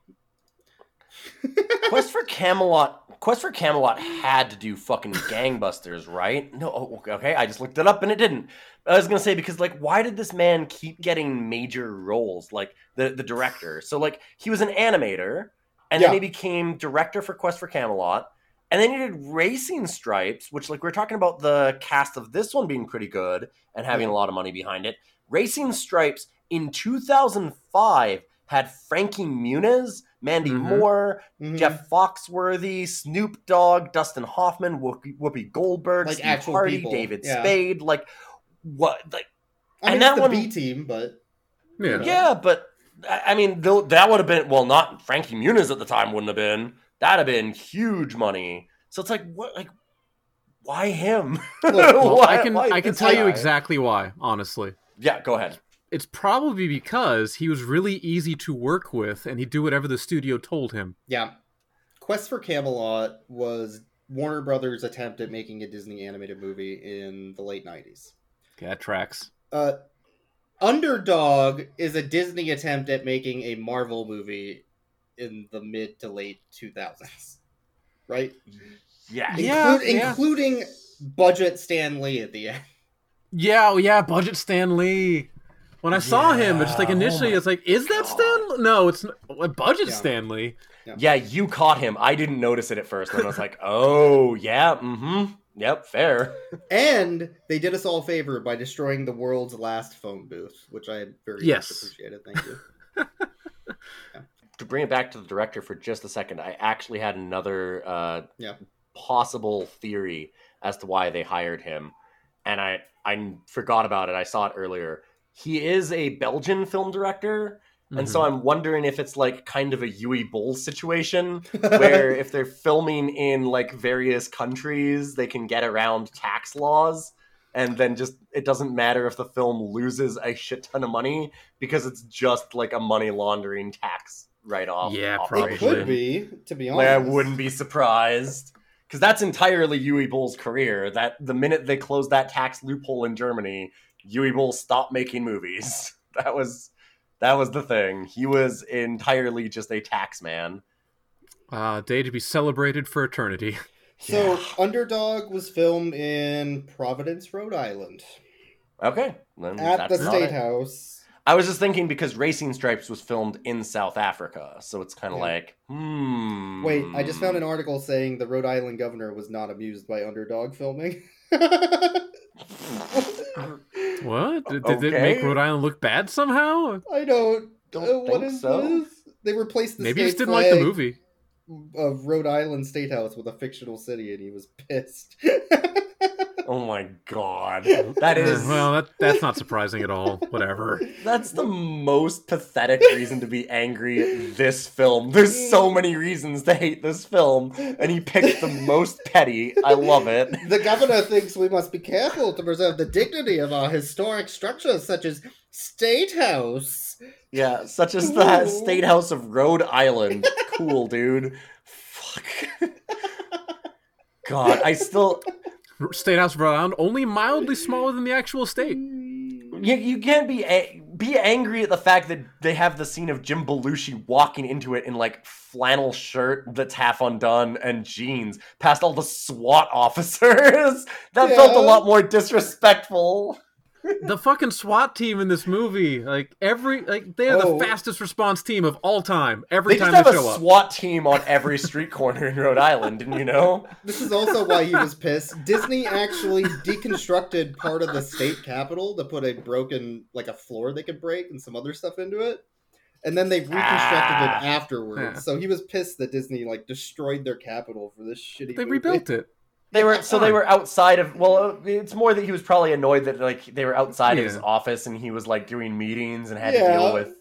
[SPEAKER 1] Quest for Camelot. Quest for Camelot had to do fucking gangbusters, right? No, oh, okay. I just looked it up and it didn't. I was gonna say because like, why did this man keep getting major roles? Like the the director. So like, he was an animator, and then
[SPEAKER 2] Yeah.
[SPEAKER 1] he became director for Quest for Camelot. And then he did Racing Stripes, which, like, we we're talking about the cast of this one being pretty good and having a lot of money behind it. Racing Stripes in 2005 had Frankie Muniz, Mandy
[SPEAKER 3] Mhm.
[SPEAKER 1] Moore,
[SPEAKER 2] Mhm.
[SPEAKER 1] Jeff Foxworthy, Snoop Dogg, Dustin Hoffman, Whoopi, Whoopi Goldberg,
[SPEAKER 2] Like
[SPEAKER 1] Steve
[SPEAKER 2] actual
[SPEAKER 1] Hardy,
[SPEAKER 2] people,
[SPEAKER 1] David
[SPEAKER 2] yeah.
[SPEAKER 1] Spade. Like, what? Like,
[SPEAKER 2] I
[SPEAKER 1] and
[SPEAKER 2] mean, it's
[SPEAKER 1] that
[SPEAKER 2] the
[SPEAKER 1] one-
[SPEAKER 2] B team, but
[SPEAKER 3] Yeah.
[SPEAKER 2] Yeah.
[SPEAKER 1] yeah, but I I mean, tho- that would have been well, not Frankie Muniz at the time wouldn't have been. That'd have been huge money. So it's like, what? Like, why him?
[SPEAKER 2] Look,
[SPEAKER 3] Well, I
[SPEAKER 1] Why-
[SPEAKER 3] can
[SPEAKER 1] why
[SPEAKER 3] I can
[SPEAKER 1] this
[SPEAKER 3] tell you
[SPEAKER 1] guy?
[SPEAKER 3] exactly why. Honestly,
[SPEAKER 1] Yeah, go ahead.
[SPEAKER 3] it's probably because he was really easy to work with, and he'd do whatever the studio told him.
[SPEAKER 2] yeah. Quest for Camelot was Warner Brothers' attempt at making a Disney animated movie in the late '90s.
[SPEAKER 3] Okay, that tracks.
[SPEAKER 2] Uh, Underdog is a Disney attempt at making a Marvel movie in the mid to late 2000s, right?
[SPEAKER 1] Yeah,
[SPEAKER 3] Yeah,
[SPEAKER 2] Inclu-
[SPEAKER 3] yeah.
[SPEAKER 2] including budget Stan Lee at the end.
[SPEAKER 3] Yeah, oh yeah, budget Stan Lee. When I saw him, it's just like
[SPEAKER 1] Yeah, oh
[SPEAKER 3] initially,
[SPEAKER 1] my
[SPEAKER 3] it's like, is that Stan? Lee? No, it's not. budget
[SPEAKER 2] Yeah.
[SPEAKER 3] Stan Lee.
[SPEAKER 1] yeah, you caught him. I didn't notice it at first, and I was like, oh yeah, mm-hmm, yep, fair.
[SPEAKER 2] And they did us all a favor by destroying the world's last phone booth, which I very
[SPEAKER 3] Yes.
[SPEAKER 2] much appreciated. Thank you.
[SPEAKER 1] to bring it back to the director for just a second, I actually had another uh,
[SPEAKER 2] Yeah.
[SPEAKER 1] possible theory as to why they hired him, and I I forgot about it. I saw it earlier. He is a Belgian film director, And so I'm wondering if it's like kind of a Yui Bowl situation where if they're filming in like various countries, they can get around tax laws. And then just it doesn't matter if the film loses a shit ton of money because it's just like a money laundering tax write off.
[SPEAKER 3] Yeah,
[SPEAKER 2] it
[SPEAKER 3] Probably.
[SPEAKER 2] could be, to be honest.
[SPEAKER 1] Like I wouldn't be surprised because that's entirely Yui Bull's career. That the minute they closed that tax loophole in Germany, Yui Bull stopped making movies. That was that was the thing. He was entirely just a tax man.
[SPEAKER 3] uh, day to be celebrated for eternity.
[SPEAKER 2] So,
[SPEAKER 1] Yeah.
[SPEAKER 2] Underdog was filmed in Providence, Rhode Island,
[SPEAKER 1] Okay, then
[SPEAKER 2] at
[SPEAKER 1] Hmm, that's
[SPEAKER 2] the
[SPEAKER 1] not
[SPEAKER 2] State
[SPEAKER 1] it.
[SPEAKER 2] House.
[SPEAKER 1] I was just thinking because Racing Stripes was filmed in South Africa, so it's kind of
[SPEAKER 2] Yeah.
[SPEAKER 1] like, hmm.
[SPEAKER 2] Wait, I just found an article saying the Rhode Island governor was not amused by Underdog filming. I
[SPEAKER 3] What did, did it make
[SPEAKER 1] Okay.
[SPEAKER 3] Rhode Island look bad somehow?
[SPEAKER 2] don't.
[SPEAKER 1] Don't
[SPEAKER 2] uh, what
[SPEAKER 1] think
[SPEAKER 2] is
[SPEAKER 1] so.
[SPEAKER 2] this? They replaced the
[SPEAKER 3] Maybe you
[SPEAKER 2] state
[SPEAKER 3] just didn't like the
[SPEAKER 2] flag
[SPEAKER 3] movie.
[SPEAKER 2] of Rhode Island State House with a fictional city, and he was pissed.
[SPEAKER 1] Oh my god, that
[SPEAKER 3] Eh,
[SPEAKER 1] is
[SPEAKER 3] well, that, that's not surprising at all. Whatever.
[SPEAKER 1] That's the most pathetic reason to be angry at this film. There's so many reasons to hate this film, and he picked the most petty. I love it.
[SPEAKER 2] The governor thinks we must be careful to preserve the dignity of our historic structures, such as State House.
[SPEAKER 1] Yeah, such as the
[SPEAKER 2] Ooh.
[SPEAKER 1] State House of Rhode Island. Cool, dude. Fuck. God, I still.
[SPEAKER 3] State House of Rhode Island only mildly smaller than the actual state.
[SPEAKER 1] You, you can't be a- be angry at the fact that they have the scene of Jim Belushi walking into it in like flannel shirt that's half undone and jeans past all the SWAT officers. That felt a
[SPEAKER 2] Yeah.
[SPEAKER 1] lot more disrespectful.
[SPEAKER 3] The fucking SWAT team in this movie, like every, like they are
[SPEAKER 2] Oh.
[SPEAKER 3] the fastest response team of all time. Every
[SPEAKER 1] They
[SPEAKER 3] time
[SPEAKER 1] just have
[SPEAKER 3] they
[SPEAKER 1] a
[SPEAKER 3] show up.
[SPEAKER 1] SWAT team on every street corner in Rhode Island, didn't you know?
[SPEAKER 2] This is also why he was pissed. Disney actually deconstructed part of the state capitol to put a broken, like a floor they could break and some other stuff into it. And then they reconstructed
[SPEAKER 1] Ah.
[SPEAKER 2] it afterwards.
[SPEAKER 3] Yeah.
[SPEAKER 2] So he was pissed that Disney like destroyed their capital for this shitty.
[SPEAKER 3] They
[SPEAKER 2] movie.
[SPEAKER 3] rebuilt it.
[SPEAKER 1] They were so they were outside of. Well, it's more that he was probably annoyed that like they were outside of his
[SPEAKER 3] Yeah.
[SPEAKER 1] office and he was like doing meetings and had to
[SPEAKER 2] Yeah.
[SPEAKER 1] deal with.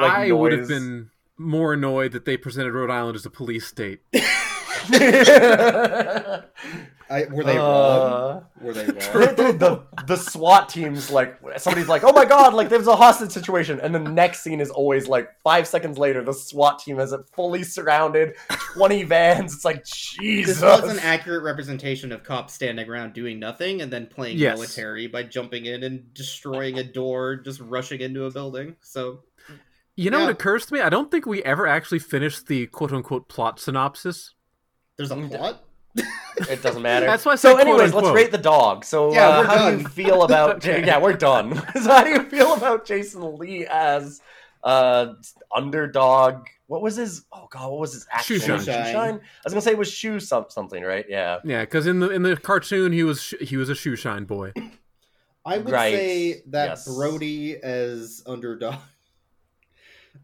[SPEAKER 1] Like
[SPEAKER 3] I would have
[SPEAKER 1] noise.
[SPEAKER 3] been more annoyed that they presented Rhode Island as a police state.
[SPEAKER 2] I, were they wrong?
[SPEAKER 1] Uh,
[SPEAKER 2] Were they wrong?
[SPEAKER 1] the, the, the SWAT team's like somebody's like, oh my god, like there's a hostage situation, and the next scene is always like five seconds later, the SWAT team has it fully surrounded, twenty vans. It's like Jesus.
[SPEAKER 2] This was an accurate representation of cops standing around doing nothing and then playing
[SPEAKER 3] Yes.
[SPEAKER 2] military by jumping in and destroying a door, just rushing into a building. So
[SPEAKER 3] You know
[SPEAKER 2] Yeah.
[SPEAKER 3] what occurs to me? I don't think we ever actually finished the quote unquote plot synopsis.
[SPEAKER 2] there's a
[SPEAKER 1] Mm,
[SPEAKER 2] plot.
[SPEAKER 1] it doesn't matter.
[SPEAKER 3] That's why I
[SPEAKER 1] so,
[SPEAKER 3] said
[SPEAKER 1] anyways, let's
[SPEAKER 3] quote-unquote.
[SPEAKER 1] rate the dog. So,
[SPEAKER 2] Yeah,
[SPEAKER 1] uh,
[SPEAKER 2] we're
[SPEAKER 1] how do you
[SPEAKER 2] done.
[SPEAKER 1] feel about?
[SPEAKER 3] Okay.
[SPEAKER 1] Yeah, we're done. so, how do you feel about Jason Lee as uh, underdog? What was his? Oh god, what was his actual
[SPEAKER 3] Shoeshine.
[SPEAKER 1] I was gonna say it was shoe some, something, right? Yeah.
[SPEAKER 3] Yeah, because in the in the cartoon he was sh- he was a shoe shine boy.
[SPEAKER 2] I would
[SPEAKER 1] Right.
[SPEAKER 2] say that
[SPEAKER 1] Yes.
[SPEAKER 2] Brody as underdog.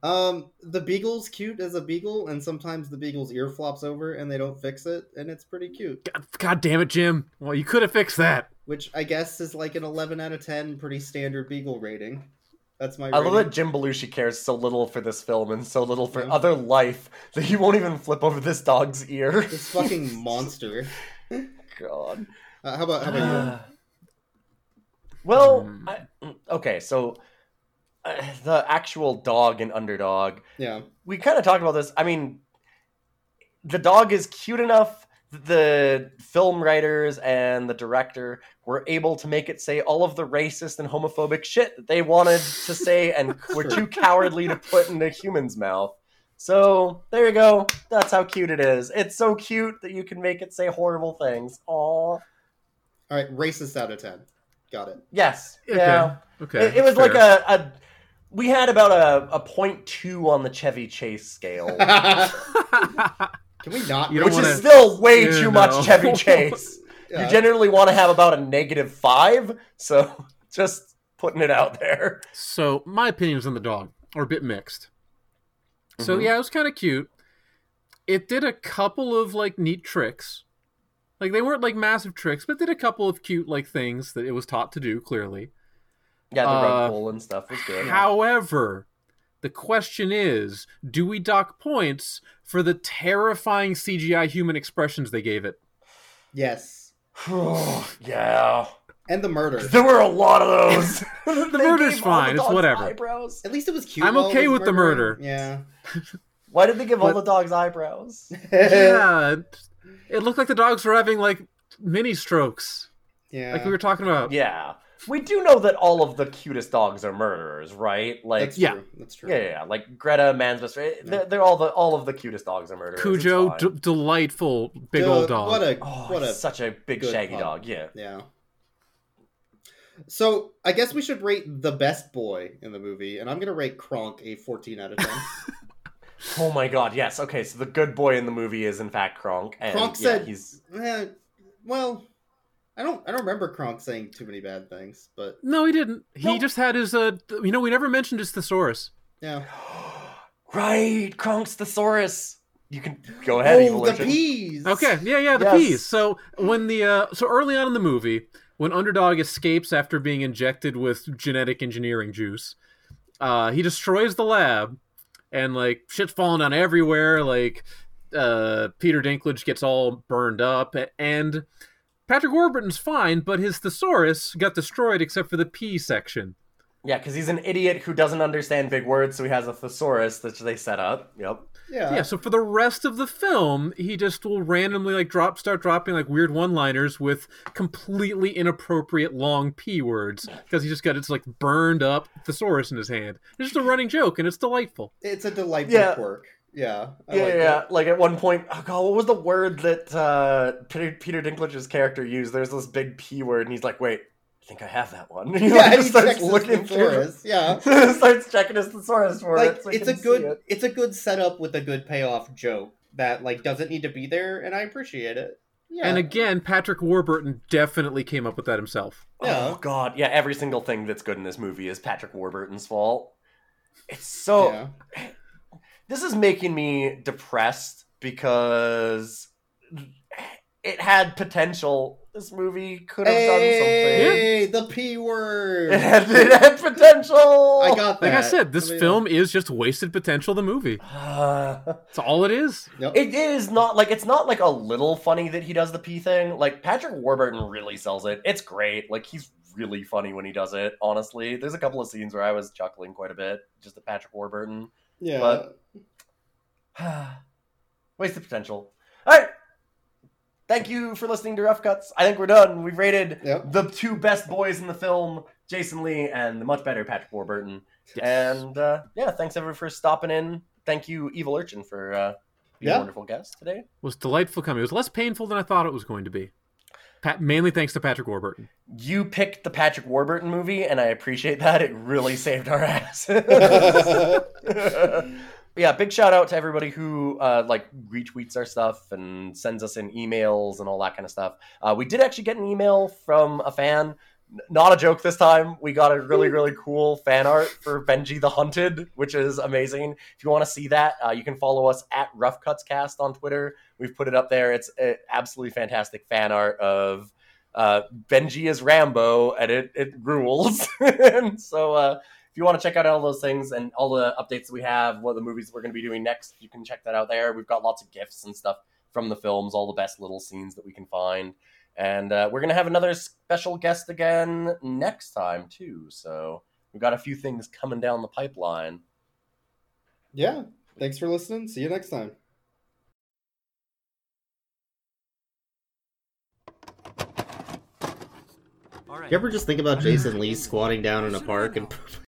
[SPEAKER 2] Um, the beagle's cute as a beagle, and sometimes the beagle's ear flops over and they don't fix it, and it's pretty cute.
[SPEAKER 3] God, God damn it, Jim! Well, you could have fixed that.
[SPEAKER 2] Which I guess is like an eleven out of ten, pretty standard beagle rating. That's my.
[SPEAKER 1] I love
[SPEAKER 2] rating.
[SPEAKER 1] that Jim Belushi cares so little for this film and so little for
[SPEAKER 2] Yeah.
[SPEAKER 1] other life that he won't even flip over this dog's ear.
[SPEAKER 2] This fucking monster.
[SPEAKER 1] God.
[SPEAKER 2] Uh, how about how about
[SPEAKER 1] Ah.
[SPEAKER 2] you?
[SPEAKER 1] Well,
[SPEAKER 3] Hmm.
[SPEAKER 1] I, okay, so uh, the actual dog and underdog.
[SPEAKER 2] Yeah.
[SPEAKER 1] We kind of talked about this. I mean, the dog is cute enough. that The film writers and the director were able to make it say all of the racist and homophobic shit that they wanted to say and were
[SPEAKER 2] Sure.
[SPEAKER 1] too cowardly to put in a human's mouth. So there you go. That's how cute it is. It's so cute that you can make it say horrible things. Aw.
[SPEAKER 2] All right, racist out of ten. Got it.
[SPEAKER 1] Yes.
[SPEAKER 3] Okay.
[SPEAKER 1] Yeah.
[SPEAKER 3] Okay,
[SPEAKER 1] it, it was
[SPEAKER 3] fair.
[SPEAKER 1] like a, a we had about a, a 0.2 on the Chevy Chase scale,
[SPEAKER 2] Can we not?
[SPEAKER 3] You don't
[SPEAKER 1] which
[SPEAKER 3] wanna-
[SPEAKER 1] is still way
[SPEAKER 3] Yeah,
[SPEAKER 1] too
[SPEAKER 3] no.
[SPEAKER 1] much Chevy Chase.
[SPEAKER 2] Yeah.
[SPEAKER 1] You generally want to have about a negative five, so just putting it out there.
[SPEAKER 3] So my opinions on the dog are a bit mixed. So
[SPEAKER 1] Mhm.
[SPEAKER 3] yeah, it was kind of cute. It did a couple of like neat tricks. Like they weren't like massive tricks, but did a couple of cute like things that it was taught to do clearly.
[SPEAKER 1] Yeah, the
[SPEAKER 3] Uh,
[SPEAKER 1] rug pull and stuff was good.
[SPEAKER 3] However, The question is, do we dock points for the terrifying CGI human expressions they gave it?
[SPEAKER 2] Yes.
[SPEAKER 1] yeah.
[SPEAKER 2] And the murder.
[SPEAKER 1] There were a lot of those.
[SPEAKER 3] The murder's fine. It's whatever.
[SPEAKER 1] Eyebrows.
[SPEAKER 2] At least it was cute.
[SPEAKER 3] I'm
[SPEAKER 2] while it
[SPEAKER 3] okay
[SPEAKER 2] was
[SPEAKER 3] with the
[SPEAKER 2] murdering.
[SPEAKER 3] murder.
[SPEAKER 2] Yeah.
[SPEAKER 1] Why did they give all
[SPEAKER 3] But-
[SPEAKER 1] the dogs eyebrows?
[SPEAKER 3] yeah. It looked like the dogs were having like mini strokes,
[SPEAKER 2] yeah.
[SPEAKER 3] like we were talking about.
[SPEAKER 1] yeah. We do know that all of the cutest dogs are murderers, right? Like,
[SPEAKER 2] That's
[SPEAKER 3] yeah.
[SPEAKER 2] true. That's true.
[SPEAKER 1] yeah, yeah, yeah, like Greta, Mansbus. They're, they're all the all of the cutest dogs are murderers. It's
[SPEAKER 3] Cujo,
[SPEAKER 1] fine.
[SPEAKER 3] d- delightful big
[SPEAKER 2] Duh,
[SPEAKER 3] old dog.
[SPEAKER 2] What a
[SPEAKER 1] oh,
[SPEAKER 2] what
[SPEAKER 1] he's
[SPEAKER 2] a
[SPEAKER 1] such a big
[SPEAKER 2] good
[SPEAKER 1] shaggy
[SPEAKER 2] pup.
[SPEAKER 1] dog. Yeah.
[SPEAKER 2] yeah. So I guess we should rate the best boy in the movie, and I'm gonna rate Kronk a 14 out of 10.
[SPEAKER 1] Oh my god. Yes. Okay. So the good boy in the movie is in fact Kronk, and
[SPEAKER 2] Kronk
[SPEAKER 1] yeah,
[SPEAKER 2] said-
[SPEAKER 1] he's
[SPEAKER 2] Eh, well, I don't I don't remember Kronk saying too many bad things, but
[SPEAKER 3] No, he didn't. He
[SPEAKER 1] Nope.
[SPEAKER 3] just had his. Uh, th- you know, we never mentioned his thesaurus.
[SPEAKER 2] yeah.
[SPEAKER 1] right. Kronk's thesaurus. You can go ahead.
[SPEAKER 2] oh, the
[SPEAKER 1] Evolution.
[SPEAKER 2] peas.
[SPEAKER 3] Okay, yeah, yeah, the
[SPEAKER 1] Yes.
[SPEAKER 3] peas. So when the uh, so early on in the movie, when Underdog escapes after being injected with genetic engineering juice, uh, he destroys the lab, and like shit's falling down everywhere. Like uh, Peter Dinklage gets all burned up, a- and Patrick Warburton's fine, but his thesaurus got destroyed except for the P section.
[SPEAKER 1] Yeah, because he's an idiot who doesn't understand big words, so he has a thesaurus that they set up. Yep.
[SPEAKER 2] Yeah.
[SPEAKER 3] yeah so for the rest of the film he just will randomly like drop start dropping like weird one liners with completely inappropriate long p words because he just got it's like burned up thesaurus in his hand it's just a running joke and it's delightful
[SPEAKER 2] It's a delightful
[SPEAKER 1] Yeah.
[SPEAKER 2] quirk. Yeah. I
[SPEAKER 1] yeah,
[SPEAKER 2] like
[SPEAKER 1] yeah,
[SPEAKER 2] that.
[SPEAKER 1] yeah. Like at one point, oh god, what was the word that uh, Peter, Peter Dinklage's character used? There's this big P word, and he's like, "Wait, I think I have that one." And he
[SPEAKER 2] Yeah,
[SPEAKER 1] like,
[SPEAKER 2] and he checks looking
[SPEAKER 1] through-
[SPEAKER 2] thesaurus. Yeah.
[SPEAKER 1] starts checking his thesaurus for
[SPEAKER 2] Like
[SPEAKER 1] it. so he
[SPEAKER 2] it's a
[SPEAKER 1] can see
[SPEAKER 2] good
[SPEAKER 1] it.
[SPEAKER 2] it's a good setup with a good payoff joke that like doesn't need to be there and I appreciate it. Yeah.
[SPEAKER 3] and again patrick warburton definitely came up with that himself
[SPEAKER 2] Yeah.
[SPEAKER 1] Oh god, yeah. Every single thing that's good in this movie is Patrick Warburton's fault. It's so.
[SPEAKER 2] Yeah.
[SPEAKER 1] this is making me depressed because it had potential. This movie could have done something.
[SPEAKER 2] Hey, the P word.
[SPEAKER 1] It had, it had potential.
[SPEAKER 2] I got that.
[SPEAKER 3] like i said this
[SPEAKER 2] I mean,
[SPEAKER 3] film is just wasted potential the movie
[SPEAKER 1] Uh,
[SPEAKER 3] it's all it is
[SPEAKER 2] Yep.
[SPEAKER 1] it is not like it's not like a little funny that he does the pee thing. Like Patrick Warburton really sells it. It's great. Like he's really funny when he does it. Honestly, there's a couple of scenes where I was chuckling quite a bit just at Patrick Warburton.
[SPEAKER 2] yeah.
[SPEAKER 1] but- Wasted potential. All right. Thank you for listening to Rough Cuts. I think we're done. We've rated
[SPEAKER 2] Yep.
[SPEAKER 1] the two best boys in the film, Jason Lee and the much better Patrick Warburton.
[SPEAKER 3] Yes.
[SPEAKER 1] And uh, yeah, thanks everyone for stopping in. Thank you, Evil Urchin, for uh, being
[SPEAKER 2] Yeah.
[SPEAKER 1] a wonderful guest today.
[SPEAKER 3] it was delightful coming it was less painful than i thought it was going to be Pat, mainly thanks to patrick warburton
[SPEAKER 1] You picked the Patrick Warburton movie, and I appreciate that. It really saved our ass. yeah, big shout out to everybody who uh, like retweets our stuff and sends us in emails and all that kind of stuff. Uh, we did actually get an email from a fan. N- Not a joke this time. We got a really, really cool fan art for Benji the Hunted, which is amazing. If you want to see that, uh, you can follow us at Rough Cuts Cast on Twitter. We've put it up there. It's uh, absolutely fantastic fan art of uh, Benji is Rambo, and it it rules. and so, uh, if you want to check out all those things and all the updates that we have, what the movies we're going to be doing next, you can check that out there. We've got lots of gifts and stuff from the films, all the best little scenes that we can find. And uh, we're going to have another special guest again next time too. So we've got a few things coming down the pipeline.
[SPEAKER 2] yeah. Thanks for listening. See you next time.
[SPEAKER 5] All right.
[SPEAKER 2] You ever just think about Jason Lee squatting down in a park and